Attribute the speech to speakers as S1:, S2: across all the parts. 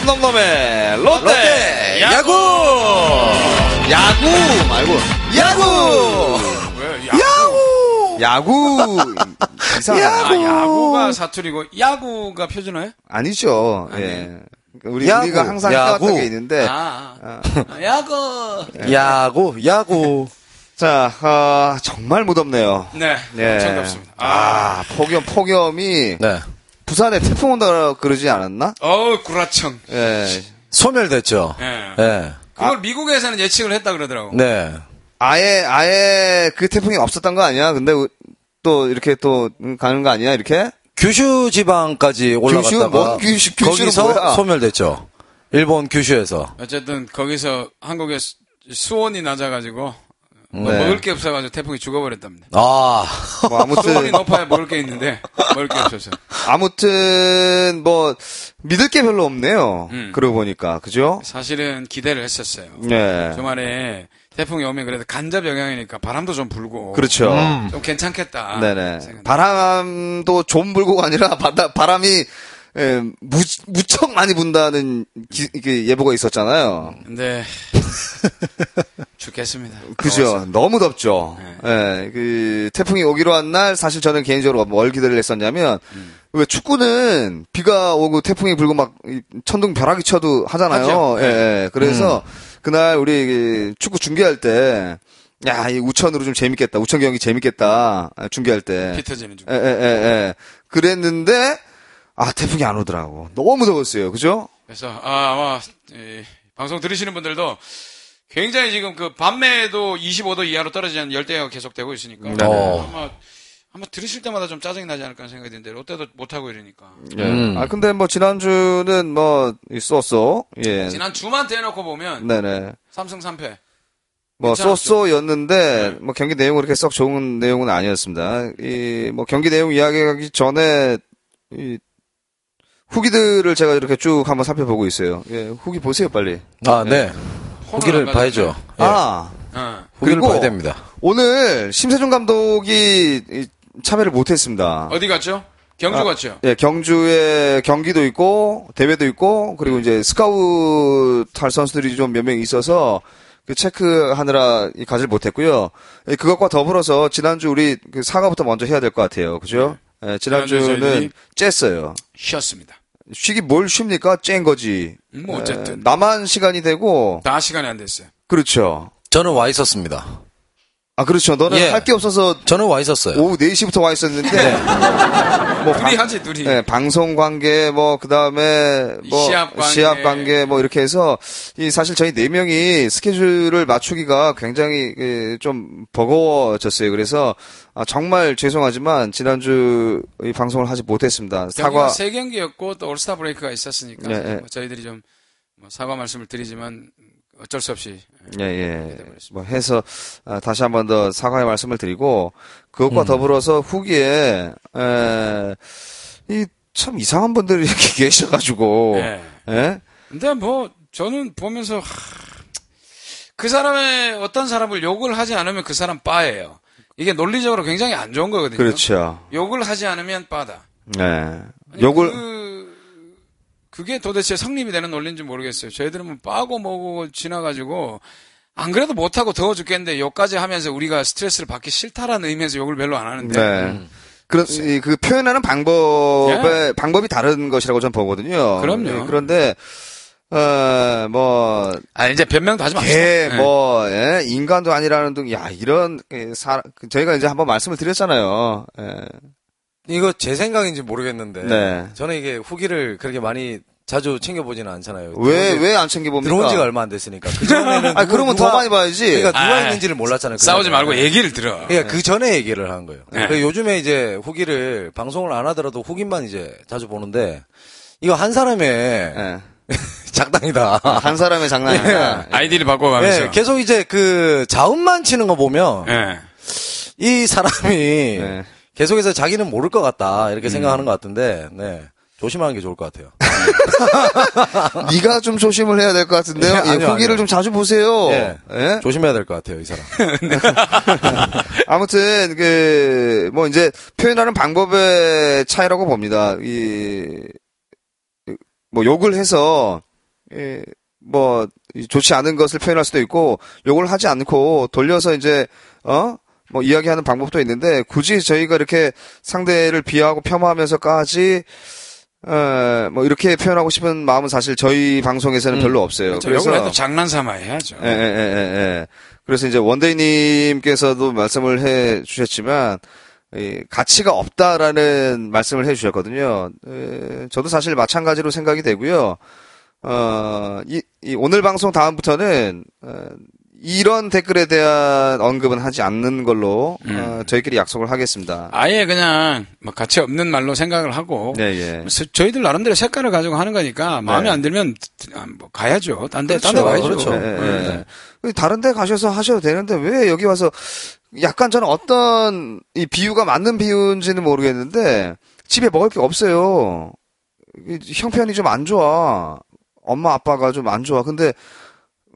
S1: 다음에 롯데,
S2: 네,
S3: 롯데
S1: 네, 야구.
S3: 야구
S1: 야구 말고
S3: 야구
S2: 왜? 야,
S3: 야구
S1: 야구 이상하잖아.
S2: 아, 야구가 사투리고 야구가 표준어예요?
S1: 아니죠. 예. 우리
S3: 야구,
S1: 우리가 항상
S3: 야구.
S1: 해왔던 게 있는데
S2: 아, 아. 야구.
S3: 네. 야구 야구
S1: 자 아, 정말 무덥네요.
S2: 네,
S1: 네.
S2: 엄청 덥습니다. 아,
S1: 아, 폭염 폭염이
S3: 네
S1: 부산에 태풍 온다 그러지 않았나?
S2: 어우 구라청.
S1: 예.
S3: 소멸됐죠
S2: 예.
S3: 예네
S1: 아.
S3: 네.
S2: 그걸 미국에서는 예측을 했다 그러더라고.
S1: 음. 아예 아예 그 태풍이 없었던 거 아니야? 근데 우- 또 이렇게 또 가는 거 아니야? 이렇게?
S3: 규슈 지방까지 올라갔다가
S1: 뭔 규슈- 규슈는
S3: 거기서
S1: 뭐야?
S3: 소멸됐죠 일본 규슈에서
S2: 어쨌든 거기서 한국의 수- 수온이 낮아가지고 뭐
S1: 네.
S2: 먹을 게 없어가지고 태풍이 죽어버렸답니다.
S3: 아
S1: 뭐
S2: 수온이
S1: 아무튼
S2: 높아야 먹을 게 있는데 먹을 게 없어서.
S1: 아무튼 뭐 믿을 게 별로 없네요.
S2: 음.
S1: 그러고 보니까 그죠?
S2: 사실은 기대를 했었어요.
S1: 네.
S2: 주말에 태풍이 오면 그래도 간접 영향이니까 바람도 좀 불고
S1: 그렇죠.
S2: 좀 괜찮겠다.
S1: 네네.
S2: 아, 생각-
S1: 바람도 좀 불고가 아니라 바다, 바람이 에, 무, 무척 많이 분다는 기- 이게 예보가 있었잖아요.
S2: 근데 네. 죽겠습니다. 네.
S1: 그죠. 너무 덥죠. 예, 그 태풍이 오기로 한 날 사실 저는 개인적으로 뭘 기대를 했었냐면
S2: 음.
S1: 왜 축구는 비가 오고 태풍이 불고 막이 천둥 벼락이 쳐도 하잖아요.
S2: 하죠. 네. 음.
S1: 예, 예. 그래서 그날 우리 그 축구 중계할 때 야, 이 우천으로 좀 재밌겠다. 우천 경기 재밌겠다. 아, 중계할 때.
S2: 피터지는 중.
S1: 예, 예, 예, 예. 그랬는데 아, 태풍이 안 오더라고. 너무 더웠어요. 그죠?
S2: 그래서 아, 아마 이 방송 들으시는 분들도 굉장히 지금 그 밤에도 25도 이하로 떨어지는 열대야가 계속되고 있으니까
S3: 어.
S2: 아마 아마 들으실 때마다 좀 짜증이 나지 않을까 하는 생각이 드는데 롯데도 못 하고 이러니까
S3: 음.
S1: 아, 근데 뭐 지난주는 뭐 있었어. 예.
S2: 지난 주만 떼놓고 보면
S1: 네, 네.
S2: 삼성 3패
S1: 뭐
S2: 괜찮았죠. 네.
S1: 쏘쏘였는데 뭐 경기 내용은 그렇게 썩 좋은 내용은 아니었습니다. 이 뭐 경기 내용 이야기하기 전에 이 후기들을 제가 이렇게 쭉 한번 살펴보고 있어요. 예, 후기 보세요 빨리.
S3: 아, 네. 후기를
S2: 홈런을
S3: 봐야죠.
S2: 네.
S3: 예.
S1: 아
S2: 어.
S3: 후기를
S1: 그리고-
S3: 봐야 됩니다.
S1: 오늘 심세준 감독이 이 참여를 못했습니다.
S2: 어디 갔죠? 경주
S1: 아,
S2: 갔죠?
S1: 예, 경주에 경기도 있고 대회도 있고 그리고 이제 스카우트 할 선수들이 좀 몇 명 있어서 그 체크하느라 이 가지를 못했고요. 예, 그것과 더불어서 지난주 우리 그 사과부터 먼저 해야 될 것 같아요. 그죠? 예,
S2: 네. 지난주
S1: 지난주는
S2: 저희들이-
S1: 쬐어요.
S2: 쉬었습니다.
S1: 쉬기 뭘 쉽니까? 쬐인 거지.
S2: 음,
S3: 네.
S2: 뭐 어쨌든.
S1: 예, 나만 시간이 되고
S2: 다 시간이 안 됐어요.
S1: 그렇죠.
S3: 저는 와 있었습니다.
S1: 아 그렇죠. 너는
S3: 예.
S1: 할 게 없어서
S3: 저는 와 있었어요.
S1: 오후 4시부터 와 있었는데
S2: 네.
S1: 뭐
S2: 둘이 하지 둘이.
S1: 네, 방송 관계 뭐 그다음에 뭐
S2: 시합 관계.
S1: 뭐 이렇게 해서 이 사실 저희 네 명이 스케줄을 맞추기가 굉장히 예, 좀 버거워졌어요. 그래서 아, 정말 죄송하지만 지난주 이 방송을 하지 못했습니다.
S2: 경기가
S1: 사과
S2: 세 경기였고 또 올스타 브레이크가 있었으니까
S1: 예, 예.
S2: 뭐 저희들이 좀뭐 사과 말씀을 드리지만 어쩔 수 없이
S1: 예, 예. 뭐 해서 아, 다시 한 번 더 사과의 말씀을 드리고 그것과 더불어서 후기에 에, 이 참 이상한 분들이 이렇게 계셔가지고
S2: 예.
S1: 예?
S2: 근데 뭐 저는 보면서 하, 그 사람의 어떤 사람을 욕을 하지 않으면 그 사람 빠예요. 이게 논리적으로 굉장히 안 좋은 거거든요.
S1: 그렇죠.
S2: 욕을 하지 않으면 빠다.
S1: 네.
S2: 아니,
S1: 욕을
S2: 그, 그게 도대체 성립이 되는 논리인지 모르겠어요. 저희들은 뭐 빠고 뭐고 지나가지고 안 그래도 못하고 더워 죽겠는데 욕까지 하면서 우리가 스트레스를 받기 싫다라는 의미에서 욕을 별로 안 하는데
S1: 네.
S3: 음.
S1: 그런
S3: 그렇죠.
S1: 이, 그 표현하는 방법의
S3: 예.
S1: 방법이 다른 것이라고 저는 보거든요.
S2: 그럼요.
S1: 예, 그런데 어, 어뭐
S2: 아 이제 변명도 하지 맙시다.
S1: 개,
S2: 네.
S1: 뭐, 예, 인간도 아니라는 등, 야, 이런, 예, 사, 그, 저희가 이제 한번 말씀을 드렸잖아요.
S3: 네.
S1: 예,
S3: 이거 제 생각인지 모르겠는데
S1: 네.
S3: 저는 이게 후기를 그렇게 많이 자주 챙겨보지는 않잖아요.
S1: 왜,
S3: 들어온 지-
S1: 왜 안 챙겨봅니까?
S3: 들어온 지가 얼마 안 됐으니까. 그 전에는
S1: 아, 그러면 더 많이 봐야지.
S3: 그러니까 누가
S2: 아,
S3: 있는지를 몰랐잖아요. 그
S2: 싸우지
S3: 전에.
S2: 말고 얘기를 들어.
S1: 예. 네.
S3: 그러니까 그 전에 얘기를 한 거예요.
S2: 네.
S3: 그러니까 요즘에 이제 후기를 방송을 안 하더라도 후기만 이제 자주 보는데 이거 한 사람의
S1: 예.
S3: 작당이다.
S1: 한 사람의 장난이 아니라.
S2: 아이디를 바꿔가면서.
S1: 그렇죠.
S3: 예, 계속 이제 그 자음만 치는 거 보면
S2: 예.
S3: 이 사람이
S1: 네. 음.
S3: 계속해서 자기는 모를 것 같다 이렇게 생각하는 것 같은데 네. 조심하는 게 좋을 것 같아요.
S1: 네가 좀 조심을 해야 될 것 같은데요.
S3: 예,
S1: 예,
S3: 아니요,
S1: 후기를
S3: 아니요.
S1: 좀 자주 보세요.
S3: 예.
S1: 예?
S3: 조심해야 될 것 같아요 이 사람.
S1: 아무튼 그 뭐 이제 표현하는 방법의 차이라고 봅니다. 이 뭐 욕을 해서 예, 뭐 이- 좋지 않은 것을 표현할 수도 있고 요걸 하지 않고 돌려서 이제 어? 뭐 이야기하는 방법도 있는데 굳이 저희가 이렇게 상대를 비하하고 폄하하면서까지 어, 뭐 이렇게 표현하고 싶은 마음은 사실 저희 방송에서는 별로 없어요.
S2: 저 음. 그렇죠. 욕을 해도 장난삼아 해야죠.
S1: 예, 예, 예, 예, 예. 그래서 이제 원대희님께서도 말씀을 해 주셨지만, 이 가치가 없다라는 말씀을 해 주셨거든요. 에, 저도 사실 마찬가지로 생각이 되고요. 어, 이, 이 오늘 방송 다음부터는, 어, 이런 댓글에 대한 언급은 하지 않는 걸로, 어, 저희끼리 약속을 하겠습니다.
S2: 아예 뭐? 그냥 뭐 가치 없는 말로 생각을 하고
S1: 네, 예.
S2: 서- 저희들 나름대로 색깔을 가지고 하는 거니까 마음에
S1: 네.
S2: 안 들면 아, 뭐 가야죠. 딴 데, 딴 데
S3: 그렇죠.
S2: 가야죠. 네.
S3: 그렇죠.
S1: 예, 예, 예. 다른 데 가셔서 하셔도 되는데 왜 여기 와서 약간 저는 어떤 이 비유가 맞는 비유인지는 모르겠는데 집에 먹을 게 없어요. 이 형편이 좀 안 좋아. 엄마 아빠가 좀 안 좋아. 근데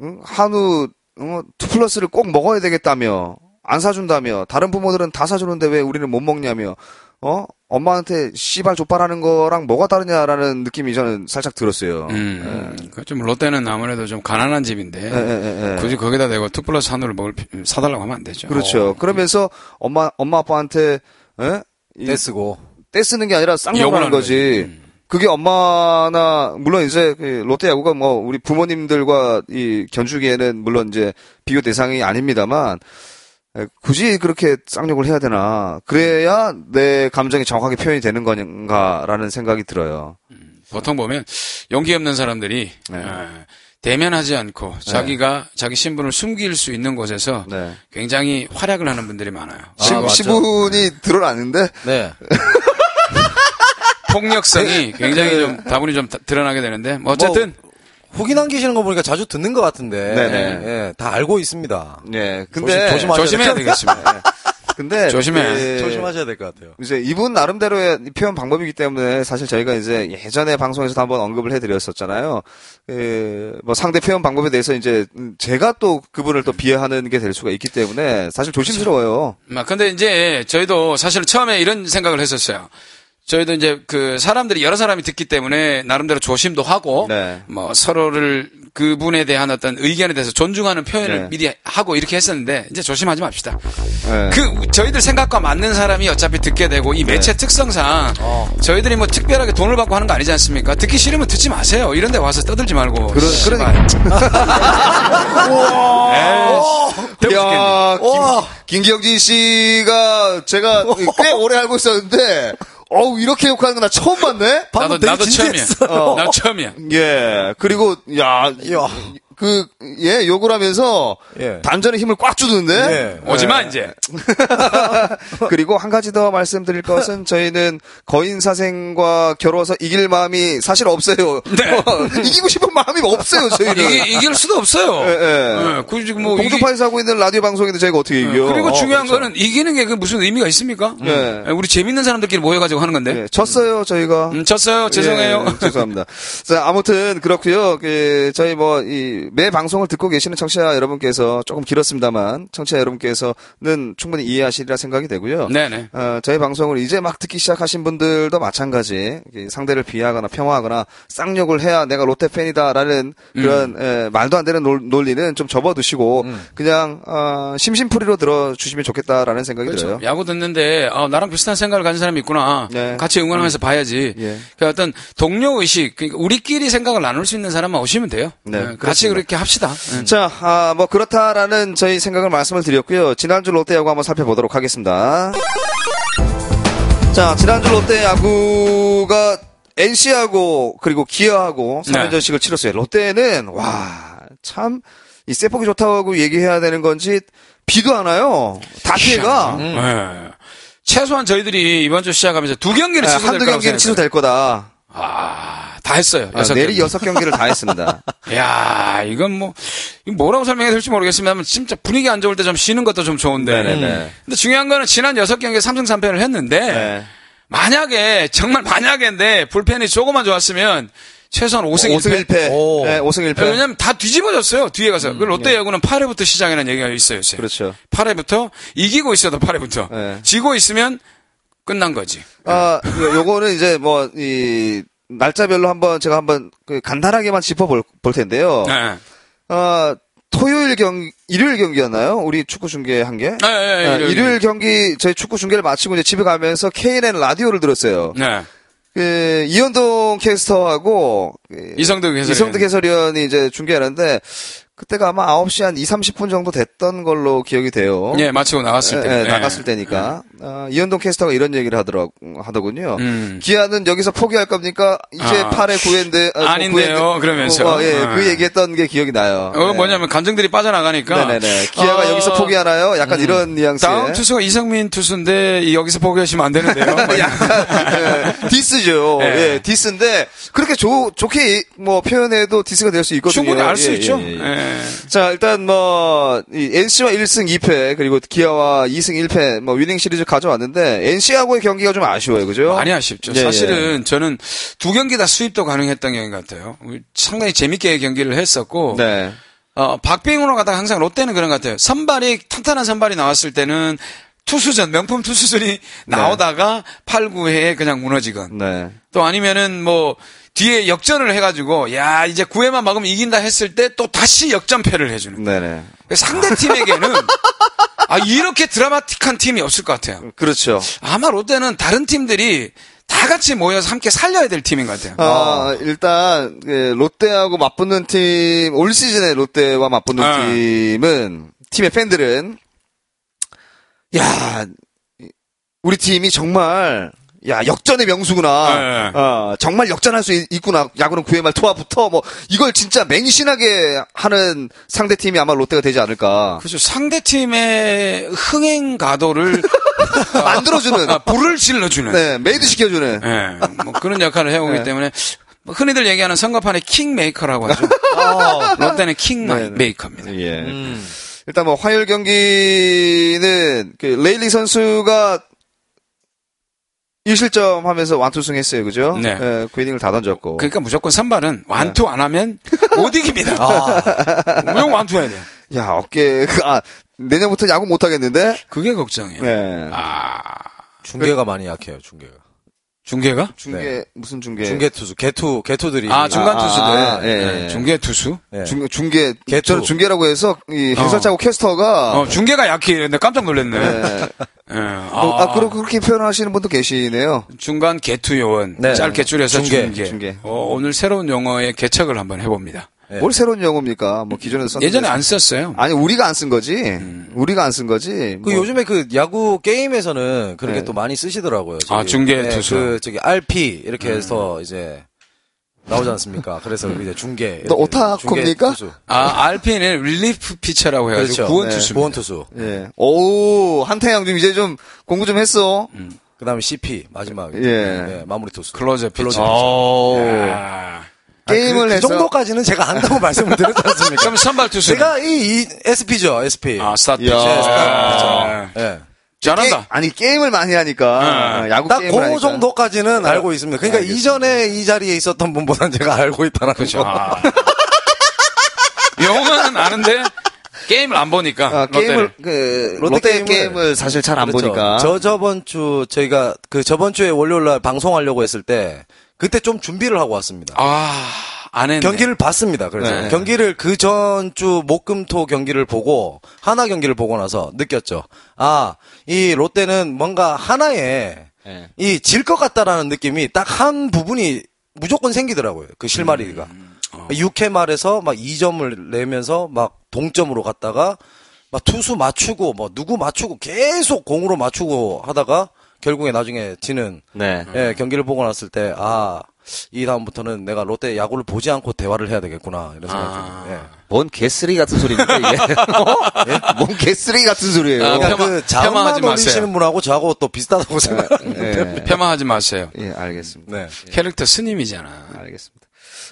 S1: 응? 한우 어, 투 플러스를 꼭 먹어야 되겠다며 안 사준다며 다른 부모들은 다 사주는데 왜 우리는 못 먹냐며 어 엄마한테 씨발 족발하는 거랑 뭐가 다르냐라는 느낌이 저는 살짝 들었어요.
S2: 음,
S1: 네.
S2: 그좀 롯데는 아무래도 좀 가난한 집인데
S1: 예, 예, 예, 예.
S2: 굳이 거기다 대고 투 플러스 한우를 먹을 필- 사달라고 하면 안 되죠. 어.
S1: 그렇죠. 그러면서 엄마 엄마 아빠한테 에? 이
S3: 떼쓰고.
S1: 떼쓰는 게 아니라 쌍욕을
S2: 욕을
S1: 하는
S2: 하는 음.
S1: 거지. 그게 엄마나 물론 이제 그 롯데 야구가 뭐 우리 부모님들과 이 견주기에는 물론 이제 비교 대상이 아닙니다만 에, 굳이 그렇게 쌍욕을 해야 되나? 그래야 내 감정이 정확하게 표현이 되는 건가라는 생각이 들어요.
S2: 보통 보면 용기 없는 사람들이 어, 대면하지 않고 자기가 자기 신분을 숨길 수 있는 곳에서
S1: 네.
S2: 굉장히 활약을 하는 분들이 많아요.
S3: 아,
S1: 시,
S3: 맞죠.
S1: 시분이 드러나는데
S3: 네.
S2: 폭력성이 굉장히 좀 다분히 좀 다- 드러나게 되는데 뭐 어쨌든
S3: 뭐, 후기 남기시는 거 보니까 자주 듣는 것 같은데.
S1: 네네.
S3: 예, 다 알고 있습니다.
S1: 네. 근데
S3: 조심- 조심하셔야
S2: 조심해야
S3: 될-
S2: 되겠습니다.
S1: 근데
S2: 조심해.
S1: 그-
S3: 조심하셔야 될 것 같아요.
S1: 이제 이분 나름대로의 이 표현 방법이기 때문에 사실 저희가 이제 예전에 방송에서도 한번 언급을 해드렸었잖아요. 그, 뭐 상대 표현 방법에 대해서 이제 음, 제가 또 그분을 또 비하하는 게 될 수가 있기 때문에 사실 조심스러워요.
S2: 막 음, 근데 이제 저희도 사실 처음에 이런 생각을 했었어요. 저희도 이제 그 사람들이 여러 사람이 듣기 때문에 나름대로 조심도 하고
S1: 네.
S2: 뭐 서로를 그분에 대한 어떤 의견에 대해서 존중하는 표현을
S1: 네.
S2: 미리 하고 이렇게 했었는데 이제 조심하지 맙시다.
S1: 예.
S2: 그 저희들 생각과 맞는 사람이 어차피 듣게 되고 이
S1: 네.
S2: 매체 특성상
S1: 어.
S2: 저희들이 뭐 특별하게 돈을 받고 하는 거 아니지 않습니까? 듣기 싫으면 듣지 마세요. 이런 데 와서 떠들지 말고.
S1: 그러-
S2: 씨발.
S1: 그러니까.
S2: 배고 죽겠네.
S1: 야,
S3: 와.
S1: 예. 김, 김기영진 씨가 제가 꽤 오래 알고 있었는데, 어우, 이렇게 욕하는 거 나 처음 봤네?
S2: 나도
S3: 방금 되게
S2: 나도 처음이야.
S3: 진지했어요.
S2: 나도 처음이야.
S1: 예. 그리고, 야,
S3: 야.
S1: 그, 예, 욕을 하면서,
S3: 예.
S1: 단전에 힘을 꽉 주는데,
S3: 예.
S2: 오지마 이제.
S1: 그리고 한 가지 더 말씀드릴 것은 저희는 거인 사생과 겨뤄서 이길 마음이 사실 없어요. 이기고 싶은 마음이 없어요,
S2: 네. 아, 이게
S1: 저희는.
S2: 이길 수도
S1: 예,
S2: 없어요.
S1: 예.
S2: 예, 굳이 뭐 이기-
S1: 네. 공중파에서 하고 있는 라디오 방송인데 저희가 어떻게 이겨?
S2: 그리고
S1: 어,
S2: 중요한
S1: 그렇죠.
S2: 거는 이기는 게 그 무슨 의미가 있습니까?
S1: 예.
S2: 예, 우리 재밌는 사람들끼리 모여가지고 하는 건데.
S1: 예, 졌어요, 저희가.
S2: 음, 졌어요. 죄송해요.
S1: 예, 죄송합니다. 자, 아무튼 그렇고요. 그 저희 뭐 이 매 방송을 듣고 계시는 청취자 여러분께서 조금 길었습니다만 청취자 여러분께서는 충분히 이해하시리라 생각이 되고요.
S2: 네네.
S1: 어, 저희 방송을 이제 막 듣기 시작하신 분들도 마찬가지 이게 상대를 비하하거나 폄하하거나 쌍욕을 해야 내가 롯데 팬이다라는 그런 에, 말도 안 되는 논- 논리는 좀 접어두시고 그냥 어, 심심풀이로 들어주시면 좋겠다라는 생각이 들어요.
S2: 야구 듣는데 아, 나랑 비슷한 생각을 가진 사람이 있구나.
S1: 예. 네.
S2: 같이 응원하면서 봐야지.
S1: 예.
S2: 그러니까 어떤 동료 의식, 그러니까 우리끼리 생각을 나눌 수 있는 사람만 오시면 돼요.
S1: 네,
S2: 예, 같이
S1: 그렇습니다.
S2: 그렇게 합시다. 예.
S1: 자, 아, 뭐 그렇다라는 저희 생각을 말씀을 드렸고요. 지난주 롯데 야구 한번 살펴보도록 하겠습니다. 자, 지난주 롯데 야구가 NC하고 그리고 기아하고
S2: 네.
S1: 3연전식을 치렀어요. 롯데는 와, 참 이 세폭이 좋다고 얘기해야 되는 건지 비도 안 와요. 다 피해가
S2: 음. 예. 최소한 저희들이 이번 주 시작하면서 두 네, 경기를
S1: 아,
S2: 취소될
S1: 한두
S2: 거라고
S1: 경기는
S2: 생각해요.
S1: 취소될 거다.
S2: 아, 다 했어요.
S1: 아,
S2: 여섯
S1: 내리
S2: 경기.
S1: 여섯 경기를 다 했습니다.
S2: 야, 이건 뭐 이거 뭐라고 설명해야 될지 모르겠습니다만 진짜 분위기 안 좋을 때 좀 쉬는 것도 좀 좋은데.
S1: 네네네.
S2: 근데 중요한 거는 지난 여섯 경기에 3승 3패를 했는데
S1: 네.
S2: 만약에 정말 만약인데 불펜이 조금만 좋았으면 최소한 5승
S1: 5승
S2: 1패.
S1: 1패.
S3: 오.
S1: 네, 5승 1패. 음, 예.
S2: 왜냐면 다 뒤집어졌어요. 뒤에 가서. 그 롯데 야구는 8회부터 시작이라는 얘기가 있어요. 요새.
S1: 그렇죠.
S2: 8회부터 이기고 있어도 8회부터
S1: 네.
S2: 지고 있으면 끝난 거지.
S1: 아, 요- 요거는 이제 뭐, 이, 날짜별로 한번 제가 한번 그 간단하게만 짚어볼 볼 텐데요.
S2: 네.
S1: 아, 토요일 경 일요일 경기였나요? 우리 축구 중계한 게?
S2: 네, 네,
S1: 아,
S2: 네,
S1: 일요일, 경기 저희 축구 중계를 마치고 이제 집에 가면서 KNN 라디오를 들었어요.
S2: 네.
S1: 그 이현동 캐스터하고 그
S2: 이성득 해설.
S1: 이성득 해설위원이 이제 중계하는데 그때가 아마 9시 한 2, 30분 정도 됐던 걸로 기억이 돼요.
S2: 예, 마치고 나갔을 때.
S1: 예, 예, 나갔을 때니까 아, 이현동 캐스터가 이런 얘기를 하더라 하더군요.
S2: 음.
S1: 기아는 여기서 포기할 겁니까? 이제
S2: 아.
S1: 8에 9회인데 뭐
S2: 아닌데요, 그러면서.
S1: 예,
S2: 아.
S1: 그 얘기했던 게 기억이 나요.
S2: 어,
S1: 예.
S2: 뭐냐면 감정들이 빠져나가니까.
S1: 네네네. 기아가
S2: 어,
S1: 여기서 포기하나요? 약간 이런 뉘앙스의
S2: 다음 투수가 이성민 투수인데 이- 여기서 포기하시면 안 되는데요. 뭐 이런.
S1: 예, 디스죠.
S2: 예.
S1: 예, 디스인데 그렇게 좋 좋게 이- 뭐 표현해도 디스가 될 수 있거든요.
S2: 충분히 알 수
S1: 예,
S2: 있죠.
S1: 예, 예.
S2: 예.
S1: 자, 일단 뭐, 이 NC와 1승 2패, 그리고 기아와 2승 1패, 뭐, 위닝 시리즈 가져왔는데, NC하고의 경기가 좀 아쉬워요, 그죠?
S2: 많이 아쉽죠.
S1: 예, 예.
S2: 사실은 저는 두 경기 다 수입도 가능했던 경기 같아요. 상당히 재밌게 경기를 했었고
S1: 네.
S2: 어, 박빙으로 가다가 항상 롯데는 그런 것 같아요. 선발이 탄탄한 선발이 나왔을 때는 투수전 명품 투수들이 나오다가 8, 9회에 그냥 무너지건
S1: 네.
S2: 또 아니면은 뭐 뒤에 역전을 해가지고 야 이제 9회만 막으면 이긴다 했을 때 또 다시 역전패를 해주는
S1: 네네.
S2: 상대 팀에게는 아 이렇게 드라마틱한 팀이 없을 것 같아요.
S1: 그렇죠.
S2: 아마 롯데는 다른 팀들이 다 같이 모여서 함께 살려야 될 팀인 것 같아요.
S1: 아, 일단, 예, 롯데하고 맞붙는 팀, 올 시즌에 롯데와 맞붙는
S2: 아.
S1: 팀은, 팀의 팬들은, 야, 우리 팀이 정말, 야, 역전의 명수구나.
S2: 네.
S1: 어, 정말 역전할 수 있- 있구나. 야구는 9회말 토합부터, 뭐, 이걸 진짜 맹신하게 하는 상대팀이 아마 롯데가 되지 않을까.
S2: 그렇죠. 상대 팀의 흥행 가도를
S1: 만들어주는,
S2: 아, 불을 질러주는
S1: 네, 메이드 시켜주는.
S2: 예, 뭐 그런 역할을 해오기
S1: 네.
S2: 때문에 뭐 흔히들 얘기하는 선거판의 킹메이커라고 하죠. 롯데는 킹메이커입니다.
S1: 예.
S3: 음.
S1: 일단 뭐 화요일 경기는 그 레일리 선수가 1실점 하면서 완투승 했어요. 그죠?
S2: 네.
S1: 예, 그 이닝을 다 던졌고.
S2: 그러니까 무조건 선발은 완투 안 하면 못 이깁니다.
S3: 아,
S2: 무조건 완투해야 돼요.
S1: 야, 어깨 그, 아, 내년부터 야구 못 하겠는데?
S2: 그게 걱정이에요.
S1: 네.
S2: 아,
S3: 중계가
S1: 그-
S3: 많이 약해요, 중계가.
S2: 중계가?
S1: 중계 무슨 중계?
S3: 중계 투수, 개투, 개투들이.
S2: 아, 중간
S1: 아,
S2: 투수들.
S1: 아, 예,
S2: 네,
S1: 예.
S2: 중계 투수?
S3: 예.
S1: 중, 중계
S3: 개투.
S1: 저는 중계라고 해서 이 해설자고 캐스터가
S2: 어, 중계가 약해. 근데 깜짝 놀랐네.
S1: 예.
S2: 예,
S1: 아, 그렇- 그렇게 표현하시는 분도 계시네요.
S2: 중간 개투 요원
S3: 네.
S2: 짧게 줄여서
S3: 중계,
S2: 중계.
S1: 중계.
S2: 어, 오늘 새로운 용어의 개척을 한번 해봅니다.
S3: 네.
S1: 뭘 새로운 용어입니까? 뭐 기존에 썼는데
S2: 예전에 안 썼어요.
S1: 아니 우리가 안 쓴 거지. 우리가 안 쓴 거지.
S3: 그
S1: 뭐-
S3: 요즘에 그 야구 게임에서는 그렇게
S1: 네.
S3: 또 많이 쓰시더라고요.
S2: 아, 중계
S3: 네,
S2: 투수.
S3: 그 저기 RP
S1: 음.
S3: 이렇게 해서 이제 나오지 않습니까? 그래서 이제 중계.
S1: 너
S3: 이렇게
S1: 오타쿠입니까?
S3: 중계 투수.
S2: 아, RP는 릴리프 피처라고 해가지고
S3: 그렇죠.
S2: 구원
S1: 네.
S2: 투수.
S3: 보원 투수.
S1: 예. 오, 한태양 좀 이제 좀 공부 좀 했어.
S3: 그다음에 CP 마지막.
S1: 예.
S3: 네, 마무리 투수.
S2: 클로저 피처. 아.
S1: 게임을
S3: 그,
S1: 해서
S3: 그 정도까지는 제가 안다고 말씀을 드렸지 않습니까?
S2: 그럼 선발 투수.
S3: 제가 이, 이 SP죠, SP.
S2: 아, 스타트
S1: 이야.
S2: 피처.
S3: 네, 스타
S2: 아.
S3: 피처. 예.
S1: 게-
S2: 잘한다.
S1: 아니 게임을 많이 하니까 어,
S2: 응.
S1: 야구
S3: 딱
S1: 게임을
S3: 그
S1: 하니까. 네,
S3: 정도까지는 알고 있습니다. 그러니까
S1: 알겠습니다.
S3: 이전에 이 자리에 있었던 분보다는 제가 알고 있다는 거죠.
S2: 아. 용어는 아는데 게임을 안 보니까.
S1: 아, 게임을
S2: 롯데를.
S1: 그 롯데 게임을 사실 잘 안
S3: 그렇죠.
S1: 보니까.
S3: 저 저번 주 저희가 그 저번 주에 월요일 날 방송하려고 했을 때 그때 좀 준비를 하고 왔습니다.
S2: 아, 안 했네.
S3: 경기를 봤습니다. 그래서
S1: 네.
S3: 경기를 그 전주 목금토 경기를 보고 하나 경기를 보고 나서 느꼈죠. 아, 이 롯데는 뭔가 하나에
S1: 네.
S3: 이 질 것 같다라는 느낌이 딱 한 부분이 무조건 생기더라고요. 그 실마리가.
S1: 음, 어.
S3: 6회 말에서 막 2점을 내면서 막 동점으로 갔다가 막 투수 맞추고 뭐 누구 맞추고 계속 공으로 맞추고 하다가 결국에 나중에 지는
S1: 네.
S3: 예, 경기를 보고 났을 때, 아, 이 다음부터는 내가 롯데 야구를 보지 않고 대화를 해야 되겠구나, 이런 생각이
S2: 아.
S3: 듭니다. 예.
S1: 뭔 개쓰리 같은 소리입니까 이게? 어? 뭔 개쓰리 같은 소리예요.
S2: 아,
S3: 그러니까
S2: 폄하-
S3: 그 자원만
S2: 폄하하지 마세요.
S3: 올리시는 분하고 저하고 또 비슷하다고 생각합니다.
S1: 예.
S2: 폄하하지 마세요.
S1: 예, 알겠습니다.
S3: 네.
S2: 캐릭터 스님이잖아.
S1: 알겠습니다.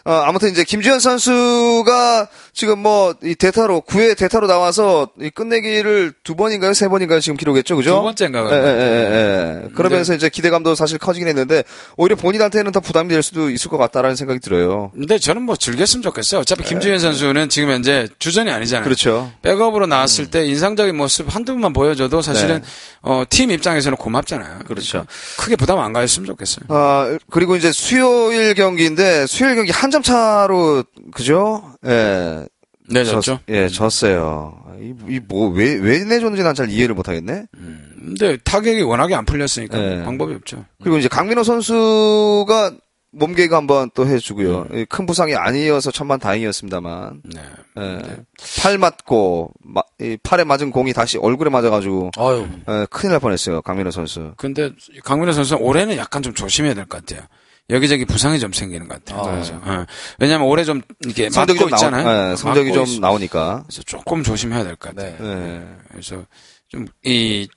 S1: 어, 아무튼 이제 김지현 선수가 지금 뭐 이 대타로 9회 대타로 나와서 이 끝내기를 두 번인가요 세 번인가요 지금 기록했죠 그죠?
S2: 두 번째인가 네.
S1: 예, 예, 예, 예. 그러면서 이제 기대감도 사실 커지긴 했는데 오히려 본인한테는 더 부담이 될 수도 있을 것 같다라는 생각이 들어요.
S2: 근데 저는 뭐 즐겼으면 좋겠어요. 어차피 김주현 선수는 지금 현재 주전이 아니잖아요.
S1: 네. 그렇죠.
S2: 백업으로 나왔을 때 인상적인 모습 한두 번만 보여줘도 사실은 어, 팀 입장에서는 고맙잖아요.
S1: 네. 그렇죠.
S2: 그러니까 크게 부담 안 가졌으면 좋겠어요.
S1: 아, 그리고 이제 수요일 경기인데 수요일 경기 한 점 차로 그죠? 예.
S2: 네,
S1: 졌-
S2: 졌죠.
S1: 예, 졌어요. 이 뭐 왜 왜 내줬는지 난 잘 이해를 못 하겠네.
S2: 근데 타격이 워낙에 안 풀렸으니까 뭐
S1: 네.
S2: 방법이 없죠.
S1: 그리고 이제 강민호 선수가 몸개그 한번 또 해주고요. 이큰 부상이 아니어서 천만 다행이었습니다만.
S2: 음. 네.
S1: 예. 팔 맞고 마- 이 팔에 맞은 공이 다시 얼굴에 맞아가지고
S3: 아유,
S1: 예, 큰일 날 뻔했어요. 강민호 선수.
S2: 근데 강민호 선수는 올해는 약간 좀 조심해야 될 것 같아요. 여기저기 부상이 좀 생기는 것 같아요. 예. 왜냐하면 올해 좀 이렇게
S1: 네. 성적이
S2: 네, 맞고
S1: 좀
S2: 있잖아요.
S1: 나오, 예, 성적이
S2: 맞고
S1: 좀
S2: 있-
S1: 나오니까.
S2: 그래서 조금 조심해야 될 것 같아요.
S3: 네.
S1: 예.
S2: 그래서 좀 이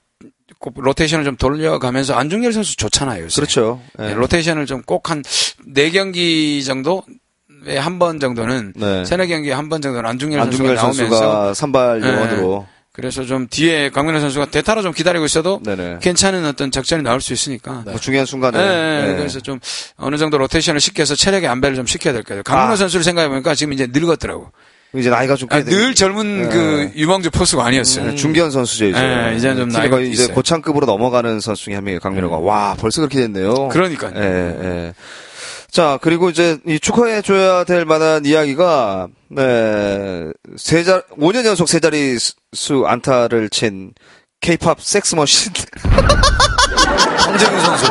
S2: 로테이션을 좀 돌려가면서 안중열 선수 좋잖아요. 요새.
S1: 그렇죠.
S2: 네,
S1: 예.
S2: 로테이션을 좀 꼭 한 네 경기 정도에 한 번 정도는
S1: 네.
S2: 세네 경기에 한 번 정도는 안중열,
S1: 안중열
S2: 선수가 나오면서
S1: 선수가 선발
S2: 네.
S1: 요원으로.
S2: 그래서 좀 뒤에 강민호 선수가 대타로 좀 기다리고 있어도
S1: 네네.
S2: 괜찮은 어떤 작전이 나올 수 있으니까.
S1: 뭐 중요한 순간에.
S2: 예, 예,
S1: 예.
S2: 그래서 좀 어느 정도 로테이션을 시켜서 체력의 안배를 좀 시켜야 될 거예요. 강민호
S1: 아.
S2: 선수를 생각해 보니까 지금 이제 늙었더라고.
S1: 이제 나이가 좀꽤
S2: 아, 늘
S1: 네.
S2: 젊은 그 유망주 포수가 아니었어요.
S1: 중견 선수죠 이제.
S2: 음. 예, 이제는 좀
S1: 팀이
S2: 나이가
S1: 거의 이제
S2: 있어요. 음.
S1: 고창급으로 넘어가는 선수 중에 한 명이 강민호가. 와 벌써 그렇게 됐네요.
S2: 그러니까요.
S1: 예, 예. 자 그리고 이제 이 축하해 줘야 될 만한 이야기가 네, 네세자 5년 연속 세 자리 수- 수 안타를 친 K-팝 섹스머신.
S2: 예,
S3: 황재균 선수.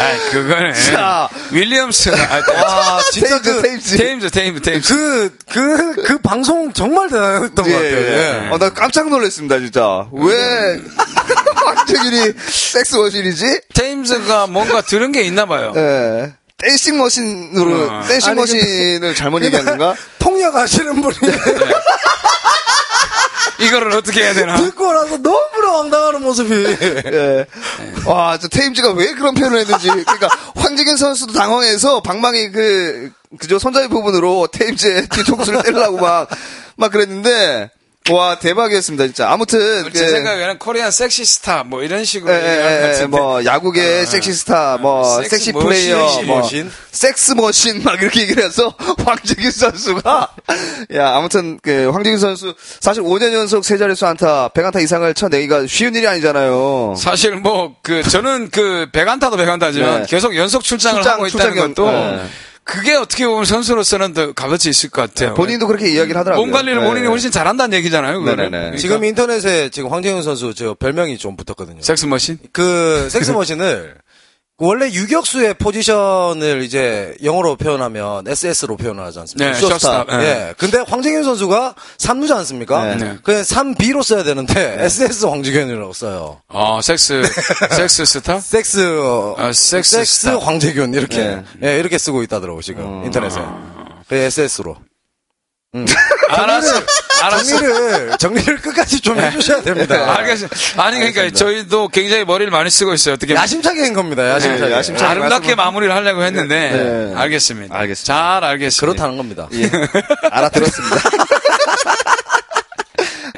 S2: 아, 그거는
S1: 자.
S2: 윌리엄스. 아,
S1: 아
S3: 진짜
S1: 테임즈
S3: 그
S1: 테임즈.
S2: 테임즈, 테임즈, 테임즈.
S3: 그, 그, 그 방송 정말 대단했던 것 같아요. 예.
S1: 어, 나 깜짝 놀랐습니다, 진짜. 왜, 황태균이 섹스 머신이지?
S2: 테임즈가 뭔가 들은 게 있나 봐요.
S1: 예. 댄싱 머신으로,
S2: 어.
S1: 댄싱
S3: 아니, 근데-
S1: 머신을 잘못 얘기한 건가?
S3: 그러니까 통역하시는 분이
S2: 이거를 어떻게 해야 되나?
S1: 그,
S3: 듣고 나서 너무나 황당하는 모습이.
S2: 네.
S1: 예. 와, 저 테임즈가 왜 그런 표현을 했는지. 그러니까, 황재균 선수도 당황해서 방망이 그, 그저 손잡이 부분으로 테임즈의 뒤통수를 때리려고 막, 막 그랬는데, 와, 대박이었습니다, 진짜. 아무튼.
S2: 제
S1: 그-
S2: 생각에는 코리안 섹시 스타 뭐 이런 식으로
S1: 예,
S2: 얘기할 것
S1: 예, 예,
S2: 같은데. 아,
S1: 뭐 야구계 섹시 스타, 뭐
S2: 섹스
S1: 섹시
S2: 머신,
S1: 플레이어, 뭐
S3: 머신.
S1: 섹스 머신 막 이렇게 얘기를 해서 황재균 선수가 야 아무튼 그 황재균 선수 사실 5년 연속 세 자릿수 안타, 100안타 이상을 쳐내기가 쉬운 일이 아니잖아요.
S2: 사실 뭐 그 저는 그 백안타도 백안타지만
S1: 네.
S2: 계속 연속 출장을
S1: 출장,
S2: 하고 있다는
S1: 출장 연-
S2: 것도
S1: 네.
S2: 그게 어떻게 보면 선수로서는 더 값어치 있을 것 같아요.
S1: 본인도 그렇게 이야기를 하더라고요.
S2: 몸 관리를
S1: 네.
S2: 본인이 훨씬 잘한다는 얘기잖아요.
S1: 네네네.
S2: 그거는. 그러니까
S3: 지금 인터넷에 지금 황재균 선수 저 별명이 좀 붙었거든요.
S2: 섹스 머신
S3: 그 섹스 머신을 그 원래 유격수의 포지션을 이제 영어로 표현하면 SS로 표현을 하지 않습니까?
S2: 네,
S1: 쇼스탑.
S2: 쇼스탑. 예.
S3: 예. 근데 황재균 선수가 3루지 않습니까?
S1: 네.
S3: 그냥 3B로 써야 되는데 SS 황재균이라고 써요.
S2: 어, 섹스 섹스 스타?
S3: 섹스 어,
S2: 아, 섹스
S3: 섹스
S2: 스타.
S3: 황재균 이렇게
S1: 네. 어.
S3: 예, 이렇게 쓰고 있다더라고 지금 인터넷에.
S2: 아.
S3: 그 SS로.
S2: 알았어. 알았어. 네.
S3: 정리를 정리를 끝까지 좀 해주셔야
S1: 네.
S3: 됩니다.
S2: 알겠습니다. 아니 그러니까 저희도 굉장히 머리를 많이 쓰고 있어요. 어떻게
S1: 네.
S3: 야심차게 한 겁니다. 야심차게.
S2: 네,
S1: 예, 야심차게.
S2: 아름답게 마무리를 하려고 했는데
S1: 네.
S2: 알겠습니다.
S1: 알겠습니다.
S2: 잘 알겠습니다.
S3: 그렇다는 겁니다.
S1: 예. 알아들었습니다.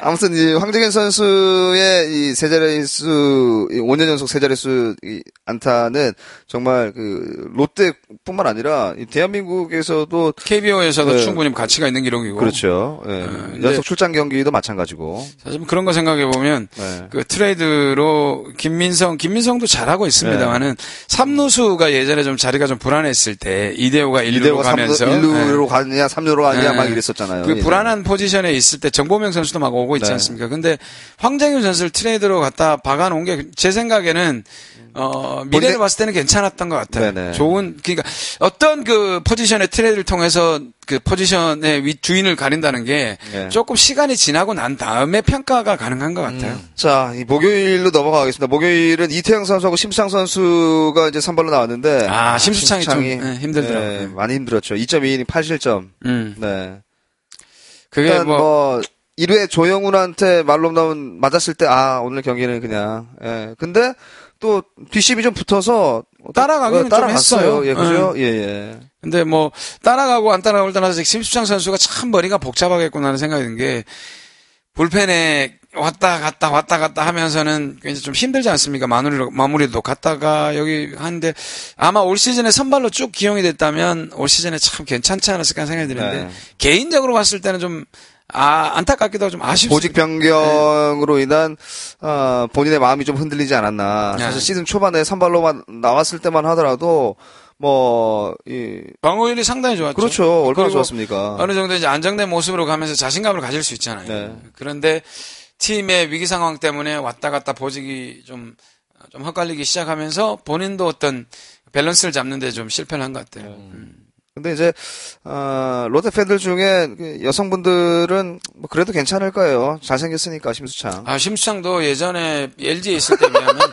S1: 아무튼 이 황재균 선수의 이세 자릿수 5년 연속 세 자릿수 이 안타는 정말 그 롯데뿐만 아니라 이 대한민국에서도
S2: KBO에서도
S1: 네.
S2: 충분히 가치가 있는 기록이고
S1: 그렇죠. 예.
S2: 아,
S1: 연속 출장 경기도 마찬가지고.
S2: 사실 뭐 그런 거 생각해 보면
S1: 네.
S2: 그 트레이드로 김민성 김민성도 잘하고 있습니다만은
S1: 네.
S2: 삼루수가 예전에 좀 자리가 좀 불안했을 때 이대호가 일루로
S1: 이대호가
S2: 가면서
S1: 1루로 가느냐 3루로 가느냐
S2: 네.
S1: 막 이랬었잖아요.
S2: 그
S1: 예.
S2: 불안한 포지션에 있을 때 정보명 선수도 막 오고 있지
S1: 네.
S2: 않습니까? 근데 황정윤 선수를 트레이드로 갖다 박아놓은 게 제 생각에는 어 미래를
S1: 본인-
S2: 봤을 때는 괜찮았던 것 같아요.
S1: 네네.
S2: 좋은 그러니까 어떤 그 포지션의 트레이드를 통해서 그 포지션의 위 주인을 가린다는 게
S1: 네.
S2: 조금 시간이 지나고 난 다음에 평가가 가능한 것 같아요.
S1: 자, 이 목요일로 넘어가겠습니다. 목요일은 이태영 선수하고 심상 선수가 이제 3발로 나왔는데
S2: 아, 심수창이 좀, 네, 힘들더라고요.
S1: 예, 많이 힘들었죠. 2.2이닝 8실점.
S2: 음
S1: 네.
S2: 그게
S1: 일단
S2: 뭐,
S1: 뭐 1회 조영훈한테 말롬다운 맞았을 때 아 오늘 경기는 그냥 예. 근데 또 뒷심이 좀 붙어서
S2: 따라가기는 좀 했어요. 네.
S1: 예, 그죠? 예, 예.
S2: 근데 뭐 따라가고 안 따라가고를 떠나서 심수창 선수가 참 머리가 복잡하겠구나 하는 생각이 든 게 불펜에 왔다 갔다 왔다 갔다 하면서는 굉장히 좀 힘들지 않습니까? 마무리로 마무리도 갔다가 여기 하는데 아마 올 시즌에 선발로 쭉 기용이 됐다면 올 시즌에 참 괜찮지 않았을까 생각이 드는데
S1: 네.
S2: 개인적으로 봤을 때는 좀 아, 안타깝기도 하고 좀 아쉽습니다.
S1: 보직 변경으로 인한 아, 본인의 마음이 좀 흔들리지 않았나.
S2: 네.
S1: 사실 시즌 초반에 선발로만 나왔을 때만 하더라도 뭐 이,
S2: 방어율이 상당히 좋았죠.
S1: 그렇죠. 얼마나
S2: 그리고 아,
S1: 좋았습니까?
S2: 어느 정도 이제 안정된 모습으로 가면서 자신감을 가질 수 있잖아요.
S1: 네.
S2: 그런데 팀의 위기 상황 때문에 왔다 갔다 보직이 좀, 좀 헛갈리기 시작하면서 본인도 어떤 밸런스를 잡는데 좀 실패를 한 것
S1: 네.
S2: 같아요. 음.
S1: 근데 이제 아, 롯데 팬들 중에 그 여성분들은 뭐 그래도 괜찮을 거예요. 잘생겼으니까 심수창.
S2: 아, 심수창도 예전에 LG에 있을 때 비하면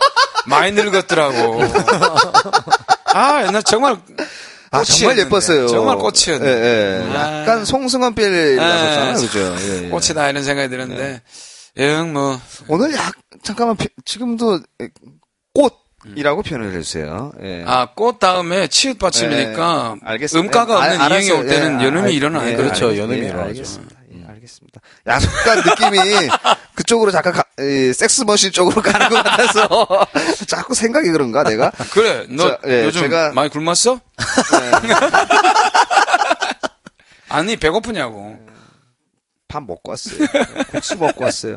S2: 많이 늙었더라고. 아, 옛날 정말.
S1: 아, 정말
S2: 꽃이었는데.
S1: 예뻤어요.
S2: 정말 꽃이었는데.
S1: 예, 예.
S2: 아.
S1: 약간 송승헌 빌 나섰잖아요,
S2: 예.
S1: 그죠? 예, 예.
S2: 꽃이다 이런 생각이 드는데.
S1: 네.
S2: 영 뭐.
S1: 오늘 약 잠깐만 피- 지금도 꽃이라고 표현을 해주세요. 예.
S2: 아, 꽃 다음에 치읓받침이니까
S1: 예, 알겠습니다.
S2: 음가가
S1: 아,
S2: 없는
S1: 알았어요.
S2: 이행이 올 때는
S1: 예,
S2: 연음이
S1: 알-
S2: 일어나요.
S1: 예,
S3: 그렇죠.
S1: 알겠-
S3: 연음이
S1: 예,
S3: 일어나죠.
S1: 알겠습니다. 예, 알겠습니다. 약간 느낌이 그쪽으로 잠깐 가, 예, 섹스머신 쪽으로 가는 것 같아서 자꾸 생각이 그런가 내가?
S2: 그래, 너
S1: 자, 예,
S2: 요즘
S1: 제가- 예.
S2: 많이 굶었어? 아니 배고프냐고.
S1: 밥 먹고 왔어요. 국수 먹고 왔어요.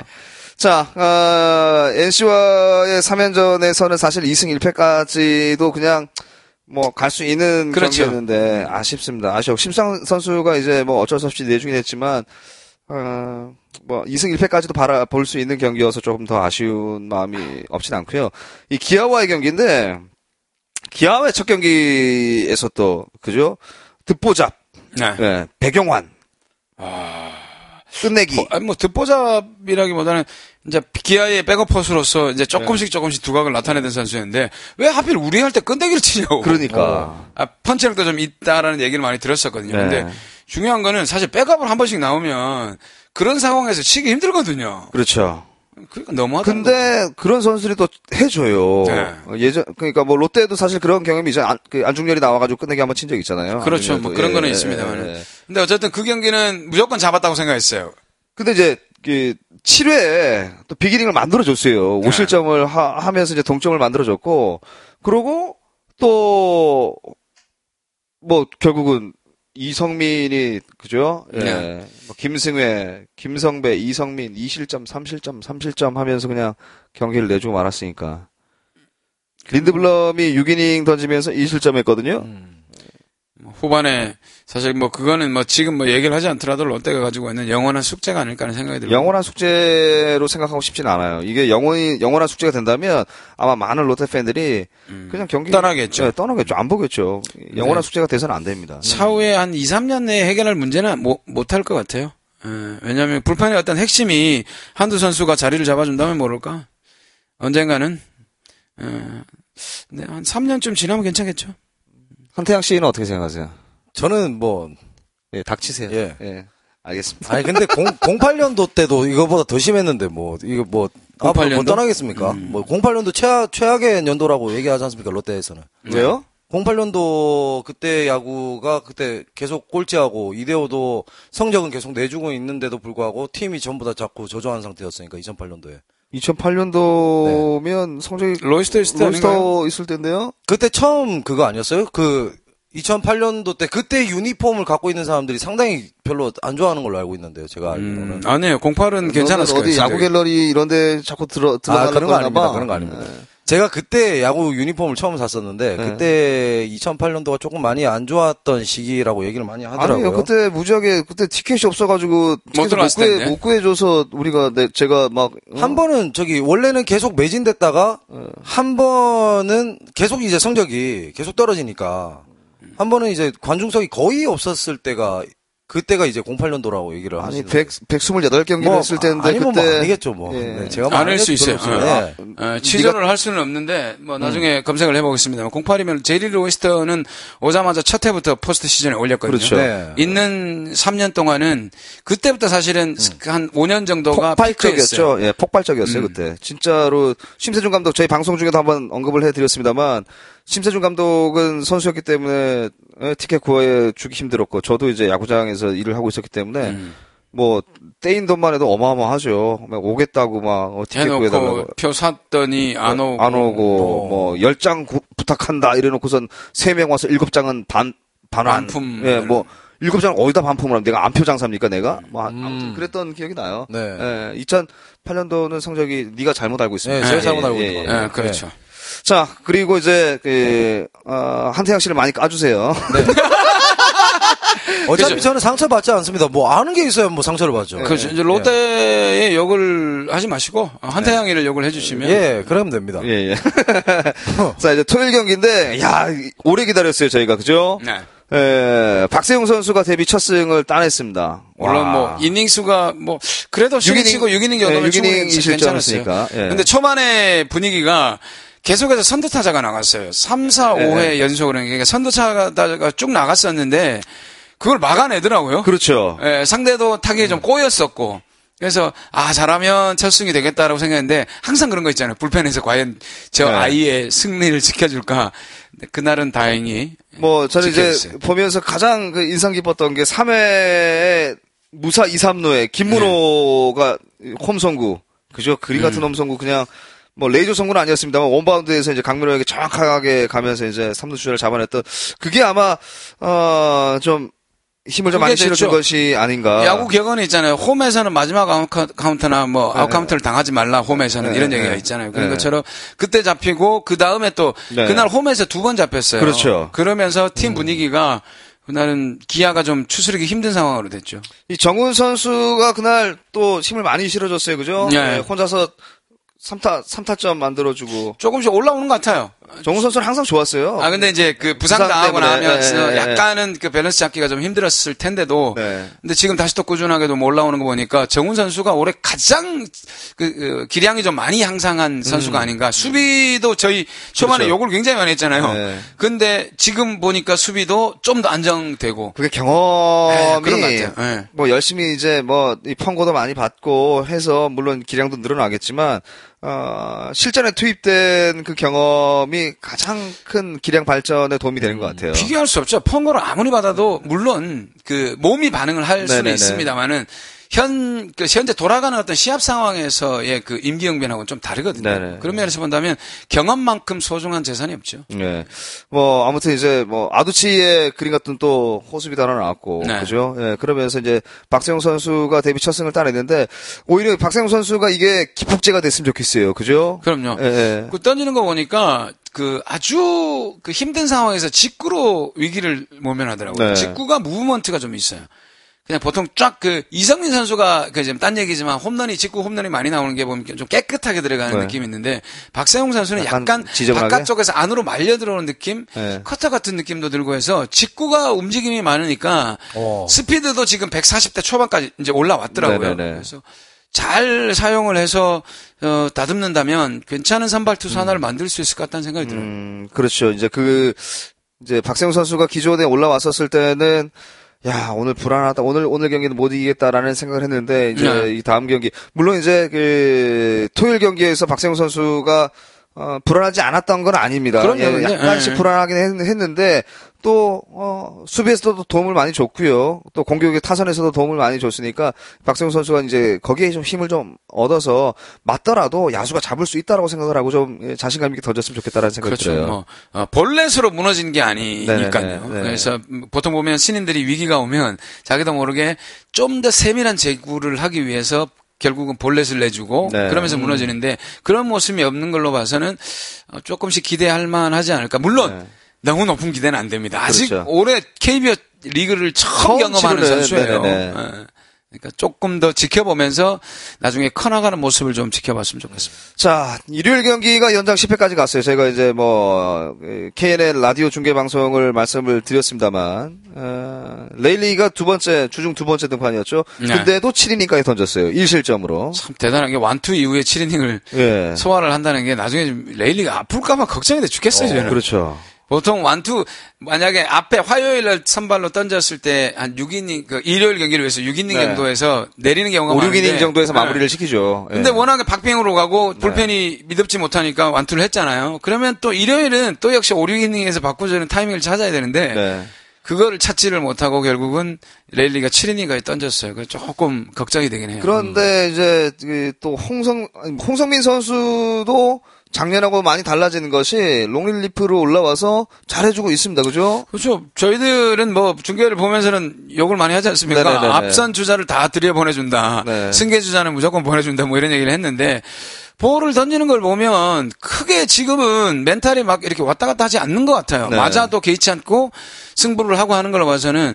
S1: 자, 어, NC와의 3연전에서는 사실 2승 1패까지도 그냥 뭐 갈 수 있는
S2: 그렇죠.
S1: 경기였는데 아쉽습니다. 아쉬워. 심상 선수가 이제 뭐 어쩔 수 없이 내주긴 했지만 어, 뭐 2승 1패까지도 바라볼 수 있는 경기여서 조금 더 아쉬운 마음이 없진 않고요. 이 기아와의 경기인데 기아와의 첫 경기에서 또 그죠? 듣보잡,
S2: 네.
S1: 예, 배경환,
S2: 아.
S1: 끝내기.
S2: 뭐, 아니, 뭐 듣보잡이라기보다는 이제 기아의 백업 포수로서 이제
S1: 예.
S2: 조금씩 조금씩 두각을 나타내던 선수였는데 왜 하필 우리 할 때 끈데기를 치냐고.
S1: 그러니까.
S2: 아, 펀치력도 좀 있다라는 얘기를 많이 들었었거든요.
S1: 네.
S2: 근데 중요한 거는 사실 백업을 한 번씩 나오면 그런 상황에서 치기 힘들거든요.
S1: 그렇죠.
S2: 그러니까 너무하다.
S1: 근데 그런 선수들이 또 해줘요.
S2: 네.
S1: 어, 예전 그러니까 뭐 롯데도 사실 그런 경험이 이제 안, 그 안중열이 나와가지고 끝내기 한번 친 적 있잖아요.
S2: 그렇죠.
S1: 안중열도.
S2: 뭐 그런
S1: 예,
S2: 거는
S1: 예,
S2: 있습니다만.
S1: 예.
S2: 근데 어쨌든 그 경기는 무조건 잡았다고 생각했어요.
S1: 근데 이제 그 7회에 또 비기닝을 만들어줬어요.
S2: 네.
S1: 5실점을 하, 면서 이제 동점을 만들어줬고, 그러고 또 뭐 결국은 이성민이 그죠? 예.
S2: 네.
S1: 뭐 김승회, 김성배, 이성민 2실점, 3실점, 3실점 하면서 그냥 경기를 내주고 말았으니까.
S2: 음.
S1: 린드블럼이 6이닝 던지면서
S2: 음.
S1: 2실점했거든요.
S2: 뭐
S1: 네.
S2: 후반에 사실 뭐 그거는 뭐 지금 뭐 얘기를 하지 않더라도 롯데가 가지고 있는 영원한 숙제가 아닐까 하는 생각이 들어요.
S1: 영원한 숙제로 생각하고 싶진 않아요. 이게 영원히 영원한 숙제가 된다면 아마 많은 롯데 팬들이 그냥 경기
S2: 떠나겠죠.
S1: 네, 떠나겠죠. 안 보겠죠. 영원한 숙제가 돼서는 안 됩니다.
S2: 차후에 한 2, 3년 내에 해결할 문제는 못할 것 같아요. 예, 왜냐하면 불펜의 어떤 핵심이 한두 선수가 자리를 잡아준다면 모를까. 언젠가는 예, 근데 한 3년쯤 지나면 괜찮겠죠.
S1: 한태양 씨는 어떻게 생각하세요?
S3: 저는 뭐
S1: 예, 닥치세요.
S3: 예.
S1: 알겠습니다.
S3: 아니 근데 0, 08년도 때도 이거보다 더 심했는데 뭐 이거 뭐 앞으로
S2: 08년도? 음.
S3: 못 떠나겠습니까? 뭐 08년도 최악 최악의 연도라고 얘기하지 않습니까? 롯데에서는.
S1: 네. 왜요?
S3: 08년도 그때 야구가 그때 계속 꼴찌하고 이대호도 성적은 계속 내주고 있는데도 불구하고 팀이 전부 다 자꾸 저조한 상태였으니까 2008년도에
S1: 2008년도면 성적이
S2: 로이스터 있을 때 아닌가요?
S1: 롤스터 있을 텐데요.
S3: 그때 처음 그거 아니었어요? 그 2008년도 때 그때 유니폼을 갖고 있는 사람들이 상당히 별로 안 좋아하는 걸로 알고 있는데요. 제가 알기로는.
S2: 음, 아니에요. 08은 괜찮았을
S1: 너는
S2: 거예요.
S1: 어디 야구
S2: 성적이.
S1: 갤러리 이런데 자꾸 들어 들어가는
S3: 그런 거
S1: 거나
S3: 아닙니다.
S1: 봐.
S3: 그런 거 아닙니다. 네. 제가 그때 야구 유니폼을 처음 샀었는데 그때 2008년도가 조금 많이 안 좋았던 시기라고 얘기를 많이 하더라고요.
S1: 아니요, 그때 무지하게 그때 티켓이 없어가지고 티켓을
S2: 들어갔을 텐데.
S1: 못 구해줘서 우리가 내, 제가 막
S3: 한 번은 저기 원래는 계속 매진됐다가 한 번은 계속 이제 성적이 계속 떨어지니까 한 번은 이제 관중석이 거의 없었을 때가 그때가 이제 08년도라고 얘기를
S1: 아니
S3: 하시는
S1: 100 128경기를 했을 때인데
S3: 뭐, 아니면
S1: 그때
S3: 뭐 아니겠죠 뭐
S1: 예.
S3: 네, 제가
S2: 안할수 있어요.
S3: 네.
S2: 어, 취재를 할 수는 없는데 뭐
S1: 음.
S2: 나중에 검색을 해보겠습니다. 08이면 제리 로이스터는 오자마자 첫 해부터 포스트 시즌에 올렸거든요.
S1: 그렇죠.
S3: 네.
S2: 있는 3년 동안은 그때부터
S1: 음.
S2: 사실은 한 5년 정도가 피크였어요.
S1: 폭발적이었죠. 예, 폭발적이었어요 그때. 진짜로 심세준 감독 저희 방송 중에도 한번 언급을 해드렸습니다만 심세준 감독은 선수였기 때문에 에, 티켓 구해 주기 힘들었고 저도 이제 야구장에서 일을 하고 있었기 때문에 뭐 떼인 돈만 해도 어마어마하죠. 막 오겠다고 막 어, 티켓 구해달라고
S2: 대놓고 표 샀더니 안
S1: 네.
S2: 오고.
S1: 안 오고 뭐 열 장 부탁한다 이래놓고선 세 명 와서 일곱 장은 반 반환
S2: 반품.
S1: 예, 뭐 일곱 장 어디다 반품을 하면 내가 안표 장사입니까 내가 뭐 아- 아무튼 그랬던 기억이 나요.
S3: 네.
S1: 예, 2008년도는 성적이 네가 잘못 알고 있습니다.
S3: 네, 제가
S1: 예,
S3: 잘못 알고
S1: 예,
S3: 있는
S1: 예.
S3: 것
S2: 예, 그렇죠.
S1: 자 그리고 이제 그, 어, 한태양 씨를 많이 까주세요.
S3: 어차피
S2: 그죠.
S3: 저는 상처 받지 않습니다. 뭐 아는 게 있어야 뭐 상처를 받죠.
S1: 예.
S2: 그렇죠. 이제 롯데에 욕을 하지 마시고 어, 한태양이를 욕을 해주시면
S3: 예, 그러면 됩니다.
S1: 예, 예. 자 이제 토요일 경기인데 야 이- 오래 기다렸어요 저희가 그죠?
S2: 네.
S1: 예, 박세웅 선수가 데뷔 첫 승을 따냈습니다.
S2: 물론
S1: 와.
S2: 뭐 이닝 수가 뭐 그래도
S1: 육 이닝,
S2: 시리치고 6이닝
S1: 예,
S2: 여덟
S1: 육
S2: 충분히
S1: 이닝이
S2: 괜찮았어요.
S1: 실점했으니까, 예.
S2: 근데 초반에 분위기가 계속해서 선두타자가 나갔어요. 3, 4,
S1: 예.
S2: 5회 연속으로 그러니까 선두타자가 쭉 나갔었는데 그걸 막아내더라고요.
S1: 그렇죠.
S2: 예, 상대도 타격이 좀 꼬였었고. 그래서 아 잘하면 첫 승이 되겠다라고 생각했는데 항상 그런 거 있잖아요. 불펜에서 과연 저
S1: 네.
S2: 아이의 승리를 지켜줄까. 근데 그날은 다행히
S1: 뭐 저는 이제
S2: 지켜주세요.
S1: 보면서 가장 그 인상 깊었던 게 3회 무사 2, 3루에 김문호가 홈선구 그죠 그리
S2: 음.
S1: 같은 홈선구 그냥 뭐 레이저 선구는 아니었습니다만 원바운드에서 이제 강민호에게 정확하게 가면서 이제 3루 주자를 잡아냈던 그게 아마 어좀 힘을 좀 많이
S2: 그게
S1: 실어준
S2: 됐죠.
S1: 것이 아닌가.
S2: 야구 격언이 있잖아요. 홈에서는 마지막 아웃 카- 카운트나 뭐 아웃 카운트를 당하지 말라 홈에서는
S1: 네,
S2: 이런
S1: 네,
S2: 얘기가
S1: 네.
S2: 있잖아요. 그런
S1: 네.
S2: 것처럼 그때 잡히고 그 다음에 또
S1: 네.
S2: 그날 홈에서 두 번 잡혔어요.
S1: 그렇죠.
S2: 그러면서 팀 분위기가 그날은 기아가 좀 추스르기 힘든 상황으로 됐죠.
S1: 이 정훈 선수가 그날 또 힘을 많이 실어줬어요, 그죠?
S2: 네.
S1: 네, 혼자서 3타 3타점 만들어주고
S2: 조금씩 올라오는 것 같아요.
S1: 정훈 선수는 항상 좋았어요.
S2: 아 근데 이제 그
S1: 부상
S2: 부상 당하고
S1: 때문에.
S2: 나면
S1: 네, 네,
S2: 약간은 그 밸런스 잡기가 좀 힘들었을 텐데도
S1: 네.
S2: 근데 지금 다시 또 꾸준하게도 뭐 올라오는 거 보니까 정훈 선수가 올해 가장 그, 그 기량이 좀 많이 향상한 선수가 아닌가. 수비도 저희 초반에
S1: 음. 그렇죠.
S2: 욕을 굉장히 많이 했잖아요.
S1: 네.
S2: 근데 지금 보니까 수비도 좀 더 안정되고
S1: 그게
S2: 네,
S1: 경험이
S2: 그런 것 같아요. 네.
S1: 뭐 열심히 이제 뭐이 펑고도 많이 받고 해서 물론 기량도 늘어나겠지만 어, 실전에 투입된 그 경험이 가장 큰 기량 발전에 도움이 되는 것 같아요.
S2: 음. 비교할 수 없죠. 펑거를 아무리 받아도 물론 그 몸이 반응을 할 수는
S1: 네네네.
S2: 있습니다만은 현, 그 현재 돌아가는 어떤 시합 상황에서의 그 임기응변하고는 좀 다르거든요.
S1: 네네.
S2: 그런 면에서 본다면 경험만큼 소중한 재산이 없죠.
S1: 예. 뭐 아무튼 이제 뭐 아두치의 그림 같은 또 호수비 달아나왔고
S2: 네.
S1: 그죠? 예. 그러면서 이제 박세웅 선수가 데뷔 첫 승을 따냈는데 오히려 박세웅 선수가 이게 기폭제가 됐으면 좋겠어요. 그죠?
S2: 그럼요.
S1: 예, 예.
S2: 그 던지는 거 보니까 그 아주 그 힘든 상황에서 직구로 위기를 모면하더라고요.
S1: 네.
S2: 직구가 무브먼트가 좀 있어요. 그냥 보통 쫙 그 이성민 선수가 그 지금 딴 얘기지만 홈런이 직구 홈런이 많이 나오는 게 보면 좀 깨끗하게 들어가는
S1: 네.
S2: 느낌이 있는데 박세웅 선수는
S1: 약간
S2: 약간,
S1: 지저분하게?
S2: 바깥쪽에서 안으로 말려 들어오는 느낌,
S1: 네.
S2: 커터 같은 느낌도 들고 해서 직구가 움직임이 많으니까
S3: 어.
S2: 스피드도 지금 140대 초반까지 이제 올라왔더라고요.
S1: 네네네.
S2: 그래서 잘 사용을 해서 어, 다듬는다면 괜찮은 선발 투수 하나를 만들 수 있을 것 같다는 생각이 들어요.
S1: 음, 그렇죠. 이제 그 이제 박세웅 선수가 기존에 올라왔었을 때는 야 오늘 불안하다 오늘 오늘 경기는 못 이기겠다라는 생각을 했는데 이제
S2: 네.
S1: 이 다음 경기 물론 이제 그 토요일 경기에서 박세웅 선수가 어, 불안하지 않았던 건 아닙니다.
S2: 그럼요.
S1: 예,
S2: 네.
S1: 약간씩
S2: 네.
S1: 불안하긴 했- 했는데 또 어, 수비에서도 도움을 많이 줬고요. 또 공격의 타선에서도 도움을 많이 줬으니까 박세웅 선수가 이제 거기에 좀 힘을 좀 얻어서 맞더라도 야수가 잡을 수 있다라고 생각을 하고 좀 예, 자신감 있게 던졌으면 좋겠다라는 생각이
S2: 그렇죠.
S1: 들어요.
S2: 뭐 어, 볼넷으로 무너진 게 아니니까요.
S1: 네네네. 네.
S2: 그래서 음, 보통 보면 신인들이 위기가 오면 자기도 모르게 좀 더 세밀한 제구를 하기 위해서 결국은 볼넷을 내주고
S1: 네.
S2: 그러면서 무너지는데 그런 모습이 없는 걸로 봐서는 어, 조금씩 기대할 만하지 않을까. 물론 너무 높은 기대는 안 됩니다. 아직
S1: 네. 그렇죠.
S2: 올해 KBO 리그를
S1: 처음
S2: 처음, 경험하는
S1: 치르는,
S2: 선수예요.
S1: 네네네.
S2: 어, 그러니까 조금 더 지켜보면서 나중에 커나가는 모습을 좀 지켜봤으면 좋겠습니다.
S1: 자, 일요일 경기가 연장 10회까지 갔어요. 저희가 이제 뭐 에, KNN 라디오 중계 방송을 말씀을 드렸습니다만 어, 레일리가 두 번째 주중 두 번째 등판이었죠.
S2: 네.
S1: 근데도 7이닝까지 던졌어요. 1실점으로.
S2: 참 대단한 게 완투 이후에 7이닝을
S1: 예.
S2: 소화를 한다는 게 나중에 좀 레일리가 아플까봐 걱정이 돼 죽겠어요, 저는.
S1: 그렇죠.
S2: 보통 완투 만약에 앞에 화요일 날 선발로 던졌을 때 한 6이닝 그 일요일 경기를 위해서 6이닝
S1: 네.
S2: 정도에서 내리는 경우가
S1: 5,
S2: 많은데
S1: 6이닝 정도에서
S2: 네.
S1: 마무리를 시키죠. 예. 네.
S2: 근데 워낙에 박빙으로 가고 불펜이 믿음지 못하니까 완투를 했잖아요. 그러면 또 일요일은 또 역시 5, 6이닝에서 바꿔주는 타이밍을 찾아야 되는데
S1: 네.
S2: 그거를 찾지를 못하고 결국은 레일리가 7이닝까지 던졌어요. 그래서 조금 걱정이 되긴 해요.
S1: 그런데 이제 그또 홍성 아니, 홍성민 선수도 작년하고 많이 달라지는 것이 롱릴리프로 올라와서 잘해주고 있습니다. 그죠?
S2: 그렇죠. 저희들은 뭐 중계를 보면서는 욕을 많이 하지 않습니까?
S1: 네네네네.
S2: 앞선 주자를 다 들여 보내준다.
S1: 네.
S2: 승계 주자는 무조건 보내준다. 뭐 이런 얘기를 했는데 볼을 던지는 걸 보면 크게 지금은 멘탈이 막 이렇게 왔다 갔다 하지 않는 것 같아요.
S1: 네.
S2: 맞아도 개의치 않고 승부를 하고 하는 걸 봐서는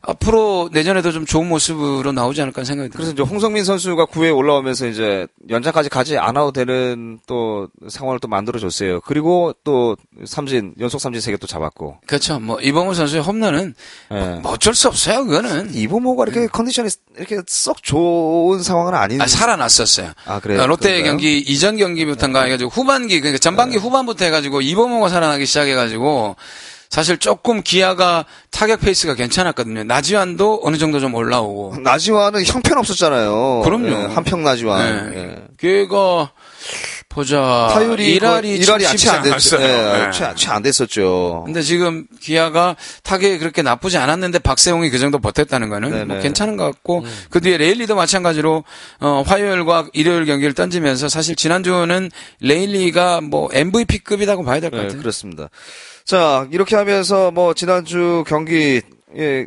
S2: 앞으로 내년에도 좀 좋은 모습으로 나오지 않을까 하는 생각이 들어요.
S1: 그래서 이제 홍성민 선수가 9회 올라오면서 이제 연장까지 가지 않아도 되는 또 상황을 또 만들어줬어요. 그리고 또 삼진 연속 삼진 세 개 또 잡았고.
S2: 그렇죠. 뭐 이범우 선수의 홈런은
S1: 예.
S2: 뭐 어쩔 수 없어요. 그거는
S1: 이보모가 이렇게 컨디션이 이렇게 썩 좋은 상황은 아닌.
S2: 아, 살아났었어요.
S1: 아, 그래요?
S2: 롯데
S1: 그런가요? 네.
S2: 의 경기 이전 경기부터인가 해가지고 후반기 그러니까 전반기 후반부터 해가지고 이범호가 살아나기 시작해가지고 사실 조금 기아가 타격 페이스가 괜찮았거든요. 나지완도 어느 정도 좀 올라오고
S1: 나지와는 형편 없었잖아요. 예,
S2: 그럼요.
S1: 한평 예. 나지와.
S2: 네. 걔가 보자
S1: 타율이
S2: 이랄이
S1: 거의- 이랄이
S2: 참
S1: 채
S2: 아, 쉽지
S1: 안 됐죠.
S2: 않았어요.
S1: 예,
S2: 네.
S1: 채- 채안 됐었죠.
S2: 근데 지금 기아가 타격이 그렇게 나쁘지 않았는데 박세웅이 그 정도 버텼다는
S1: 네네. 음.
S2: 거는 뭐 괜찮은 것 같고 그 뒤에 레일리도 마찬가지로 어, 화요일과 일요일 경기를 던지면서 사실 지난주는 레일리가 뭐 MVP급이라고 봐야 될 것
S1: 네,
S2: 같아요.
S1: 그렇습니다. 자, 이렇게 하면서 뭐 지난주 경기 예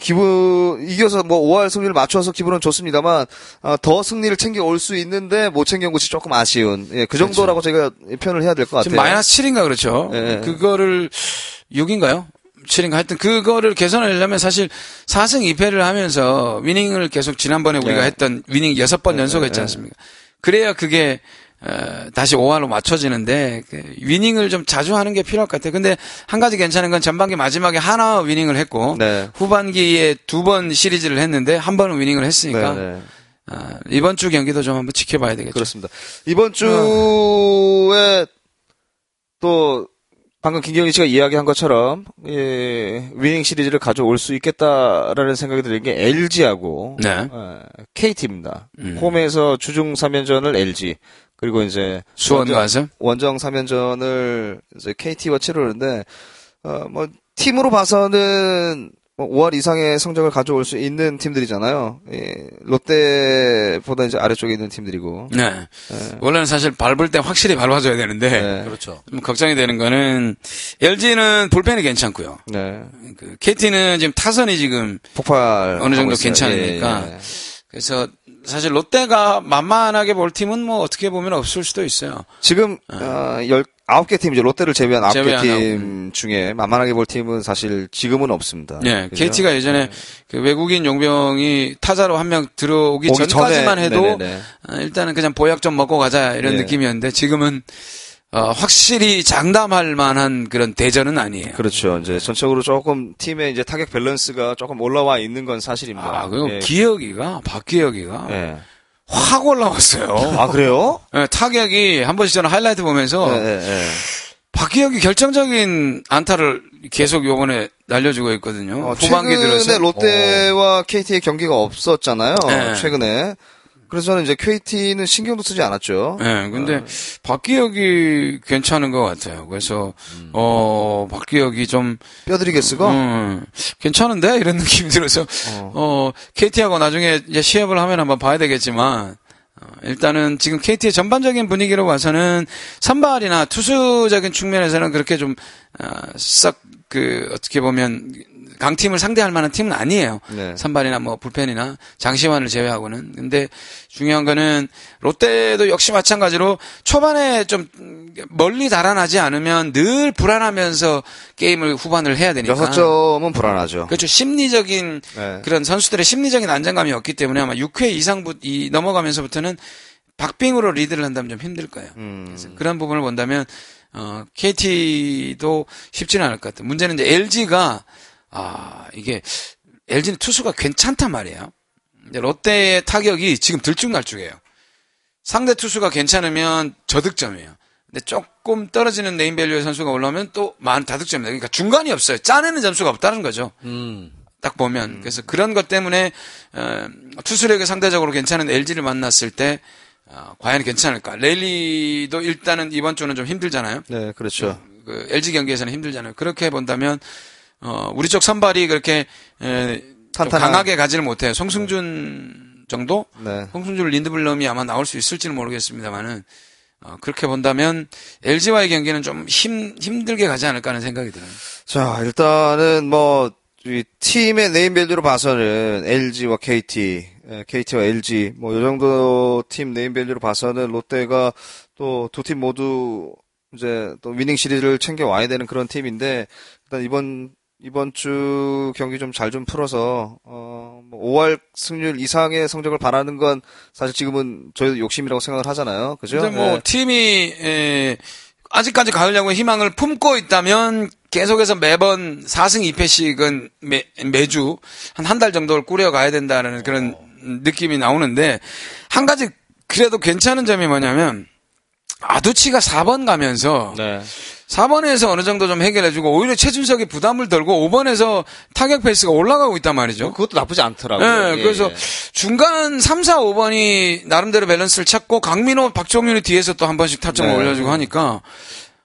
S1: 기분 이겨서 뭐 5할 승리를 맞춰서 기분은 좋습니다만 아, 더 승리를 챙겨 올 수 있는데 못 챙겨온 것이 조금 아쉬운 예, 그 정도라고 제가 표현을 해야 될 것 같아요.
S2: 그렇죠. 지금 마이너스 7인가 그렇죠.
S1: 예.
S2: 그거를 6인가요? 7인가 하여튼 그거를 개선하려면 사실 4승 2패를 하면서 위닝을 계속 지난번에 우리가
S1: 예.
S2: 했던 위닝 6번 연속 했지 않습니까? 그래야 그게 어, 다시 5화로 맞춰지는데 그 위닝을 좀 자주 하는 게 필요할 것 같아요. 근데 한 가지 괜찮은 건 전반기 마지막에 하나 위닝을 했고
S1: 네.
S2: 후반기에 두 번 시리즈를 했는데 한 번은 위닝을 했으니까
S1: 네, 네.
S2: 아, 이번 주 경기도 좀 한번 지켜봐야 되겠죠.
S1: 예, 그렇습니다. 이번
S2: 아.
S1: 주에 또 방금 김경희 씨가 이야기한 것처럼 예, 위닝 시리즈를 가져올 수 있겠다라는 생각이 드는 게 LG하고
S2: 네. 음.
S1: KT입니다. 네. 홈에서 주중 3연전을 LG 그리고 이제
S2: 수원
S1: 원정-
S2: 가서
S1: 원정 3연전을 이제 KT와 치르는데 어, 뭐 팀으로 봐서는 뭐 5할 이상의 성적을 가져올 수 있는 팀들이잖아요. 예, 롯데보다 이제 아래쪽에 있는 팀들이고.
S2: 네. 원래는 사실 밟을 때 확실히 밟아줘야 되는데
S1: 네.
S3: 그렇죠.
S2: 좀 걱정이 되는 거는 LG는 볼펜이 괜찮고요.
S1: 네.
S2: 그 KT는 지금 타선이 지금
S1: 폭발 예,
S2: 어느 정도 괜찮으니까. 그래서 사실 롯데가 만만하게 볼 팀은 뭐 어떻게 보면 없을 수도 있어요.
S1: 지금 어, 열 아홉 개 팀이죠. 롯데를 제외한 아홉
S2: 아. 제외한
S1: 개 팀 중에 만만하게 볼 팀은 사실 지금은 없습니다.
S2: 네,
S1: 아, 그죠?
S2: KT가 예전에 그 외국인 용병이 타자로 한 명 들어오기
S1: 오기
S2: 전까지만
S1: 전에,
S2: 해도
S1: 네네네.
S2: 아, 일단은 그냥 보약 좀 먹고 가자 이런
S1: 예.
S2: 느낌이었는데 지금은 어, 확실히 장담할 만한 그런 대전은 아니에요.
S1: 그렇죠. 이제 전적으로 조금 팀의 이제 타격 밸런스가 조금 올라와 있는 건 사실입니다.
S2: 아, 그리고
S1: 예.
S2: 기혁이가 박기혁이가
S1: 예.
S2: 확 올라왔어요.
S1: 아 그래요?
S2: 예, 타격이 한 번씩 저는 하이라이트 보면서
S1: 예, 예, 예.
S2: 박기혁이 결정적인 안타를 계속 요번에 날려주고 있거든요.
S1: 어, 최근에
S2: 후반기 들어서
S1: 롯데와 KT의 경기가 없었잖아요.
S2: 네.
S1: 최근에. 그래서 저는 이제 KT는 신경도 쓰지 않았죠.
S2: 예, 근데
S1: 어.
S2: 박기혁이 괜찮은 것 같아요. 그래서
S1: 음.
S2: 어 박기혁이 좀
S1: 뼈드리게스가
S2: 음, 괜찮은데 이런 느낌이 들어서 어 KT하고 나중에 이제 시합을 하면 한번 봐야 되겠지만 어, 일단은 지금 KT의 전반적인 분위기로 봐서는 선발이나 투수적인 측면에서는 그렇게 아, 좀싹그 어떻게 보면 강팀을 상대할 만한 팀은 아니에요.
S1: 네.
S2: 선발이나 뭐 불펜이나 장시환을 제외하고는. 근데 중요한 거는 롯데도 역시 마찬가지로 초반에 좀 멀리 달아나지 않으면 늘 불안하면서 게임을 후반을 해야 되니까.
S1: 여섯 점은 불안하죠.
S2: 그렇죠. 심리적인
S1: 네.
S2: 그러니까. 그런 선수들의 심리적인 안정감이 없기 때문에 아마 6회 이상 부, 이 넘어가면서부터는 박빙으로 리드를 한다면 좀 힘들 거예요. 그래서 그런 부분을 본다면 어, KT도 쉽지는 않을 것 같아요. 문제는 이제 LG가 아 이게 LG는 투수가 괜찮단 말이에요. 근데 롯데의 타격이 지금 들쭉날쭉해요. 상대 투수가 괜찮으면 저득점이에요. 근데 조금 떨어지는 네임밸류의 선수가 올라오면 또 많은 다득점입니다. 그러니까 중간이 없어요. 짜내는 점수가 없다는 거죠. 딱 보면 그래서 그런 것 때문에 어, 투수력이 상대적으로 괜찮은 LG를 만났을 때 어, 과연 괜찮을까? 랠리도 일단은 이번 주는 좀 힘들잖아요.
S1: 네, 그렇죠.
S2: 그 LG 경기에서는 힘들잖아요. 그렇게 본다면 어 우리 쪽 선발이 그렇게 에, 좀
S1: 탄탄한.
S2: 강하게 가지를 못해요. 송승준 정도?
S1: 네.
S2: 송승준 린드블럼이 아마 나올 수 있을지는 모르겠습니다만은 어, 그렇게 본다면 LG와의 경기는 좀 힘 힘들게 가지 않을까 하는 생각이 들어요.
S1: 자, 일단은 뭐, 이 팀의 네임밸류로 봐서는 LG와 KT, KT와 LG, 뭐, 요 정도 팀 네임밸류로 봐서는 롯데가 또 두 팀 모두 이제 또 위닝 시리즈를 챙겨와야 되는 그런 팀인데, 일단 이번, 이번 주 경기 좀 잘 좀 풀어서, 어, 뭐 5할 승률 이상의 성적을 바라는 건 사실 지금은 저희도 욕심이라고 생각을 하잖아요. 그죠?
S2: 근데 뭐
S1: 예.
S2: 팀이 에, 아직까지 가을야구 희망을 품고 있다면 계속해서 매번 4승 2패씩은 매, 매주 한 한 달 정도를 꾸려가야 된다는 그런 느낌이 나오는데 한 가지 그래도 괜찮은 점이 뭐냐면 아두치가 4번
S1: 네.
S2: 가면서 4번에서 어느 정도 좀 해결해주고 오히려 최준석이 부담을 덜고 5번에서 타격 페이스가 올라가고 있단 말이죠.
S1: 어, 그것도 나쁘지 않더라고요.
S2: 예,
S1: 예,
S2: 그래서
S1: 예.
S2: 중간 3, 4, 5번이 나름대로 밸런스를 찾고 강민호, 박종윤이 뒤에서 또 한 번씩 타점을
S1: 네.
S2: 올려주고 하니까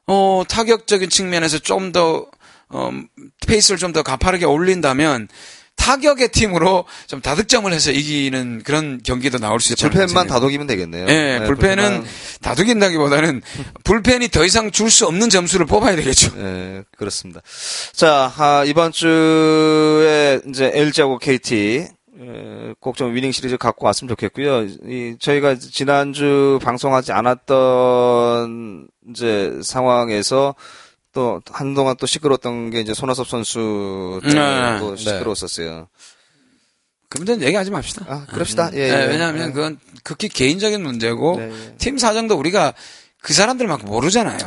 S2: 어 타격적인 측면에서 좀 더 어, 페이스를 좀 더 가파르게 올린다면 타격의 팀으로 좀 다득점을 해서 이기는 그런 경기도 나올 수 있을
S1: 네, 불펜만 다독이면 되겠네요.
S2: 예,
S1: 네,
S2: 불펜은 다득인다기보다는 불펜이 더 이상 줄 수 없는 점수를 뽑아야 되겠죠.
S1: 예, 그렇습니다. 자, 아, 이번 주에 이제 LG하고 KT 꼭 좀 위닝 시리즈 갖고 왔으면 좋겠고요. 이, 저희가 지난주 방송하지 않았던 이제 상황에서 또 한동안 또 시끄러웠던 게 이제 손아섭 선수 때문에
S2: 네.
S1: 또 시끄러웠었어요.
S2: 그 문제는 얘기하지 맙시다.
S1: 아, 그럽시다. 예,
S2: 예,
S1: 예.
S2: 왜냐하면 그건 극히 개인적인 문제고
S1: 네, 예.
S2: 팀 사정도 우리가 그 사람들만큼 모르잖아요.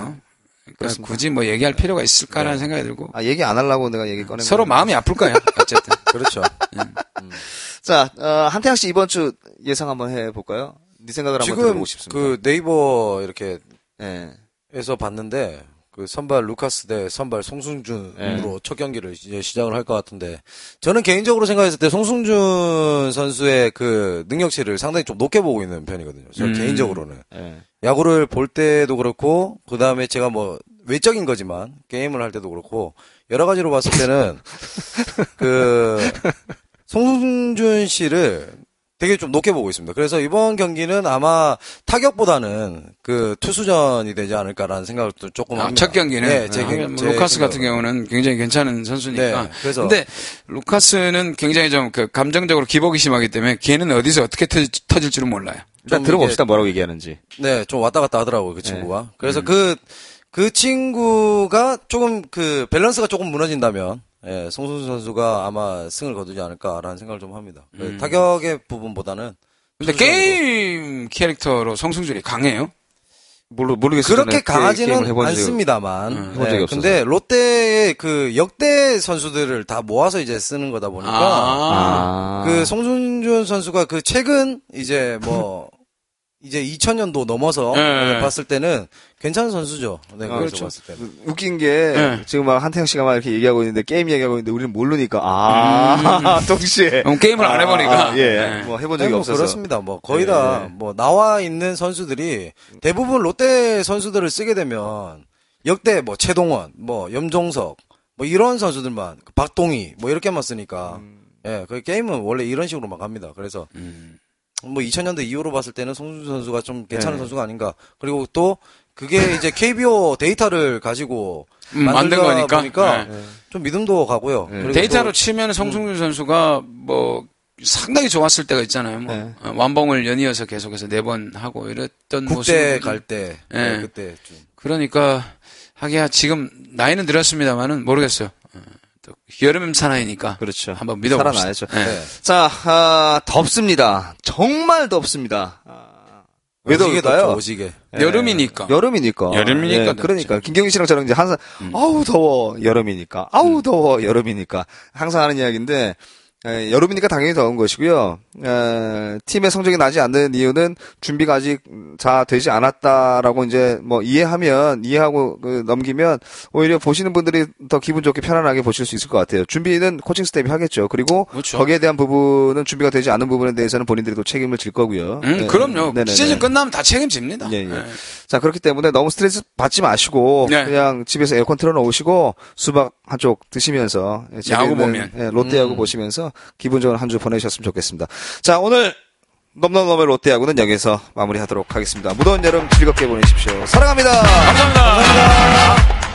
S2: 그러니까 굳이 뭐 얘기할 필요가 있을까라는 생각이 들고
S1: 아, 얘기 안 하려고 내가 얘기 꺼낸
S2: 서로
S1: 거예요.
S2: 마음이 아플 아, 거야. 어쨌든
S3: 그렇죠.
S1: 자, 어, 한태양 씨 이번 주 예상 한번 해볼까요? 네 생각을 한번
S3: 지금
S1: 들어보고 싶습니다.
S3: 그 네이버 이렇게
S1: 예.
S3: 에서 봤는데 그 선발 루카스 대 선발 송승준으로 첫 경기를 이제 시작을 할 것 같은데 저는 개인적으로 생각했을 때 송승준 선수의 그 능력치를 상당히 좀 높게 보고 있는 편이거든요. 저
S2: 음.
S3: 개인적으로는
S1: 예.
S3: 야구를 볼 때도 그렇고 그 다음에 제가 뭐 외적인 거지만 게임을 할 때도 그렇고 여러 가지로 봤을 때는 그 송승준 씨를 되게 좀 높게 보고 있습니다. 그래서 이번 경기는 아마 타격보다는 그 투수전이 되지 않을까라는 생각을 또 조금
S2: 아,
S3: 합니다.
S2: 첫 경기는
S3: 네, 제
S2: 아,
S3: 경-
S2: 뭐
S3: 제
S2: 루카스
S3: 생각으로.
S2: 같은 경우는 굉장히 괜찮은 선수니까.
S3: 네, 그래서-
S2: 근데 루카스는 굉장히 좀 그 감정적으로 기복이 심하기 때문에 걔는 어디서 어떻게 터, 터질 줄은 몰라요.
S1: 일단
S3: 좀
S1: 들어봅시다 뭐라고 얘기하는지.
S3: 네, 좀 왔다 갔다 하더라고요, 그 친구가. 그래서
S1: 음.
S3: 그, 그 친구가 조금 그 밸런스가 조금 무너진다면, 예, 송순수 선수가 아마 승을 거두지 않을까라는 생각을 좀 합니다. 그
S1: 음.
S3: 타격의 부분보다는.
S2: 근데
S3: 투수적으로.
S2: 게임 캐릭터로 성승준이 강해요.
S1: 모르 모르겠어요.
S3: 뭐 그렇게
S1: 저는 게- 게임을
S3: 강하지는
S1: 해본 적이
S3: 않습니다만. 예,
S1: 해본 적이 없어서.
S3: 근데 롯데의 그 역대 선수들을 다 모아서 이제 쓰는 거다 보니까.
S1: 아.
S3: 그 송순준 선수가 그 최근 이제 뭐, 이제 2000년도 넘어서
S2: 네.
S3: 봤을 때는 괜찮은 선수죠. 네, 그래서
S2: 그렇죠.
S3: 봤을 때는.
S1: 웃긴 게
S2: 네.
S1: 지금 막 한태영 씨가 막 이렇게 얘기하고 있는데 게임 얘기하고 있는데 우리는 모르니까 아 동시에
S2: 그럼 게임을 음. 안 해보니까.
S1: 아, 예.
S2: 네.
S1: 뭐 해본
S3: 아니,
S1: 적이
S3: 뭐
S1: 없어서
S3: 그렇습니다. 뭐 거의
S1: 예,
S3: 다
S1: 예.
S3: 뭐 나와 있는 선수들이 대부분 롯데 선수들을 쓰게 되면 역대 뭐 최동원, 뭐 염종석, 뭐 이런 선수들만 그 박동희 뭐 이렇게만 쓰니까 예, 그 게임은 원래 이런 식으로만 갑니다. 그래서 뭐 2000년대 이후로 봤을 때는 송준 선수가 좀 괜찮은
S1: 예.
S3: 선수가 아닌가. 그리고 또 그게 이제 KBO 데이터를 가지고
S2: 음, 만든
S3: 만들다
S2: 거니까.
S3: 보니까
S2: 네.
S3: 좀 믿음도 가고요. 그리고
S2: 데이터로
S3: 또-
S1: 음.
S2: 치면 송승준 선수가 뭐 상당히 좋았을 때가 있잖아요. 뭐
S1: 네.
S2: 어, 완봉을 연이어서 계속해서 네 번 하고 이랬던
S3: 국대
S2: 모습.
S3: 갈 때
S2: 예.
S3: 그때 좀
S2: 그러니까 하기야 지금 나이는 들었습니다만은 모르겠어요. 어, 또 여름 사나이니까
S1: 그렇죠.
S2: 한번 믿어봅시다.
S1: 살아나야죠.
S2: 예.
S3: 네.
S1: 자 아, 덥습니다. 정말 덥습니다. 아, 왜
S3: 오지게 덥죠,
S1: 더울까요?
S3: 오지게.
S2: 네. 여름이니까.
S1: 여름이니까.
S2: 여름이니까 네. 음. 덥죠.
S1: 그러니까 김경희 씨랑 저랑 이제
S2: 음.
S1: 항상 아우 더워 여름이니까. 아우 더워 여름이니까. 항상 하는 이야기인데 예, 여름이니까 당연히 더운 것이고요. 에, 팀의 성적이 나지 않는 이유는 준비가 아직 다 되지 않았다라고 이제 뭐 이해하면 이해하고 그, 넘기면 오히려 보시는 분들이 더 기분 좋게 편안하게 보실 수 있을 것 같아요. 준비는 코칭 스텝이 하겠죠. 그리고
S2: 그렇죠.
S1: 거기에 대한 부분은 준비가 되지 않은 부분에 대해서는 본인들이 또 책임을 질 거고요.
S2: 음,
S1: 네.
S2: 그럼요.
S1: 네네네.
S2: 시즌 끝나면 다 책임집니다.
S1: 예, 예.
S2: 네.
S1: 자 그렇기 때문에 너무 스트레스 받지 마시고
S2: 네.
S1: 그냥 집에서 에어컨 틀어놓으시고 수박 한쪽 드시면서 재미있는,
S2: 야구 보면. 음.
S1: 예, 롯데야구 보시면서 기분 좋은 한 주 보내셨으면 좋겠습니다. 자 오늘 넘넘넘의 롯데야구는 여기서 마무리하도록 하겠습니다. 무더운 여름 즐겁게 보내십시오. 사랑합니다.
S2: 감사합니다.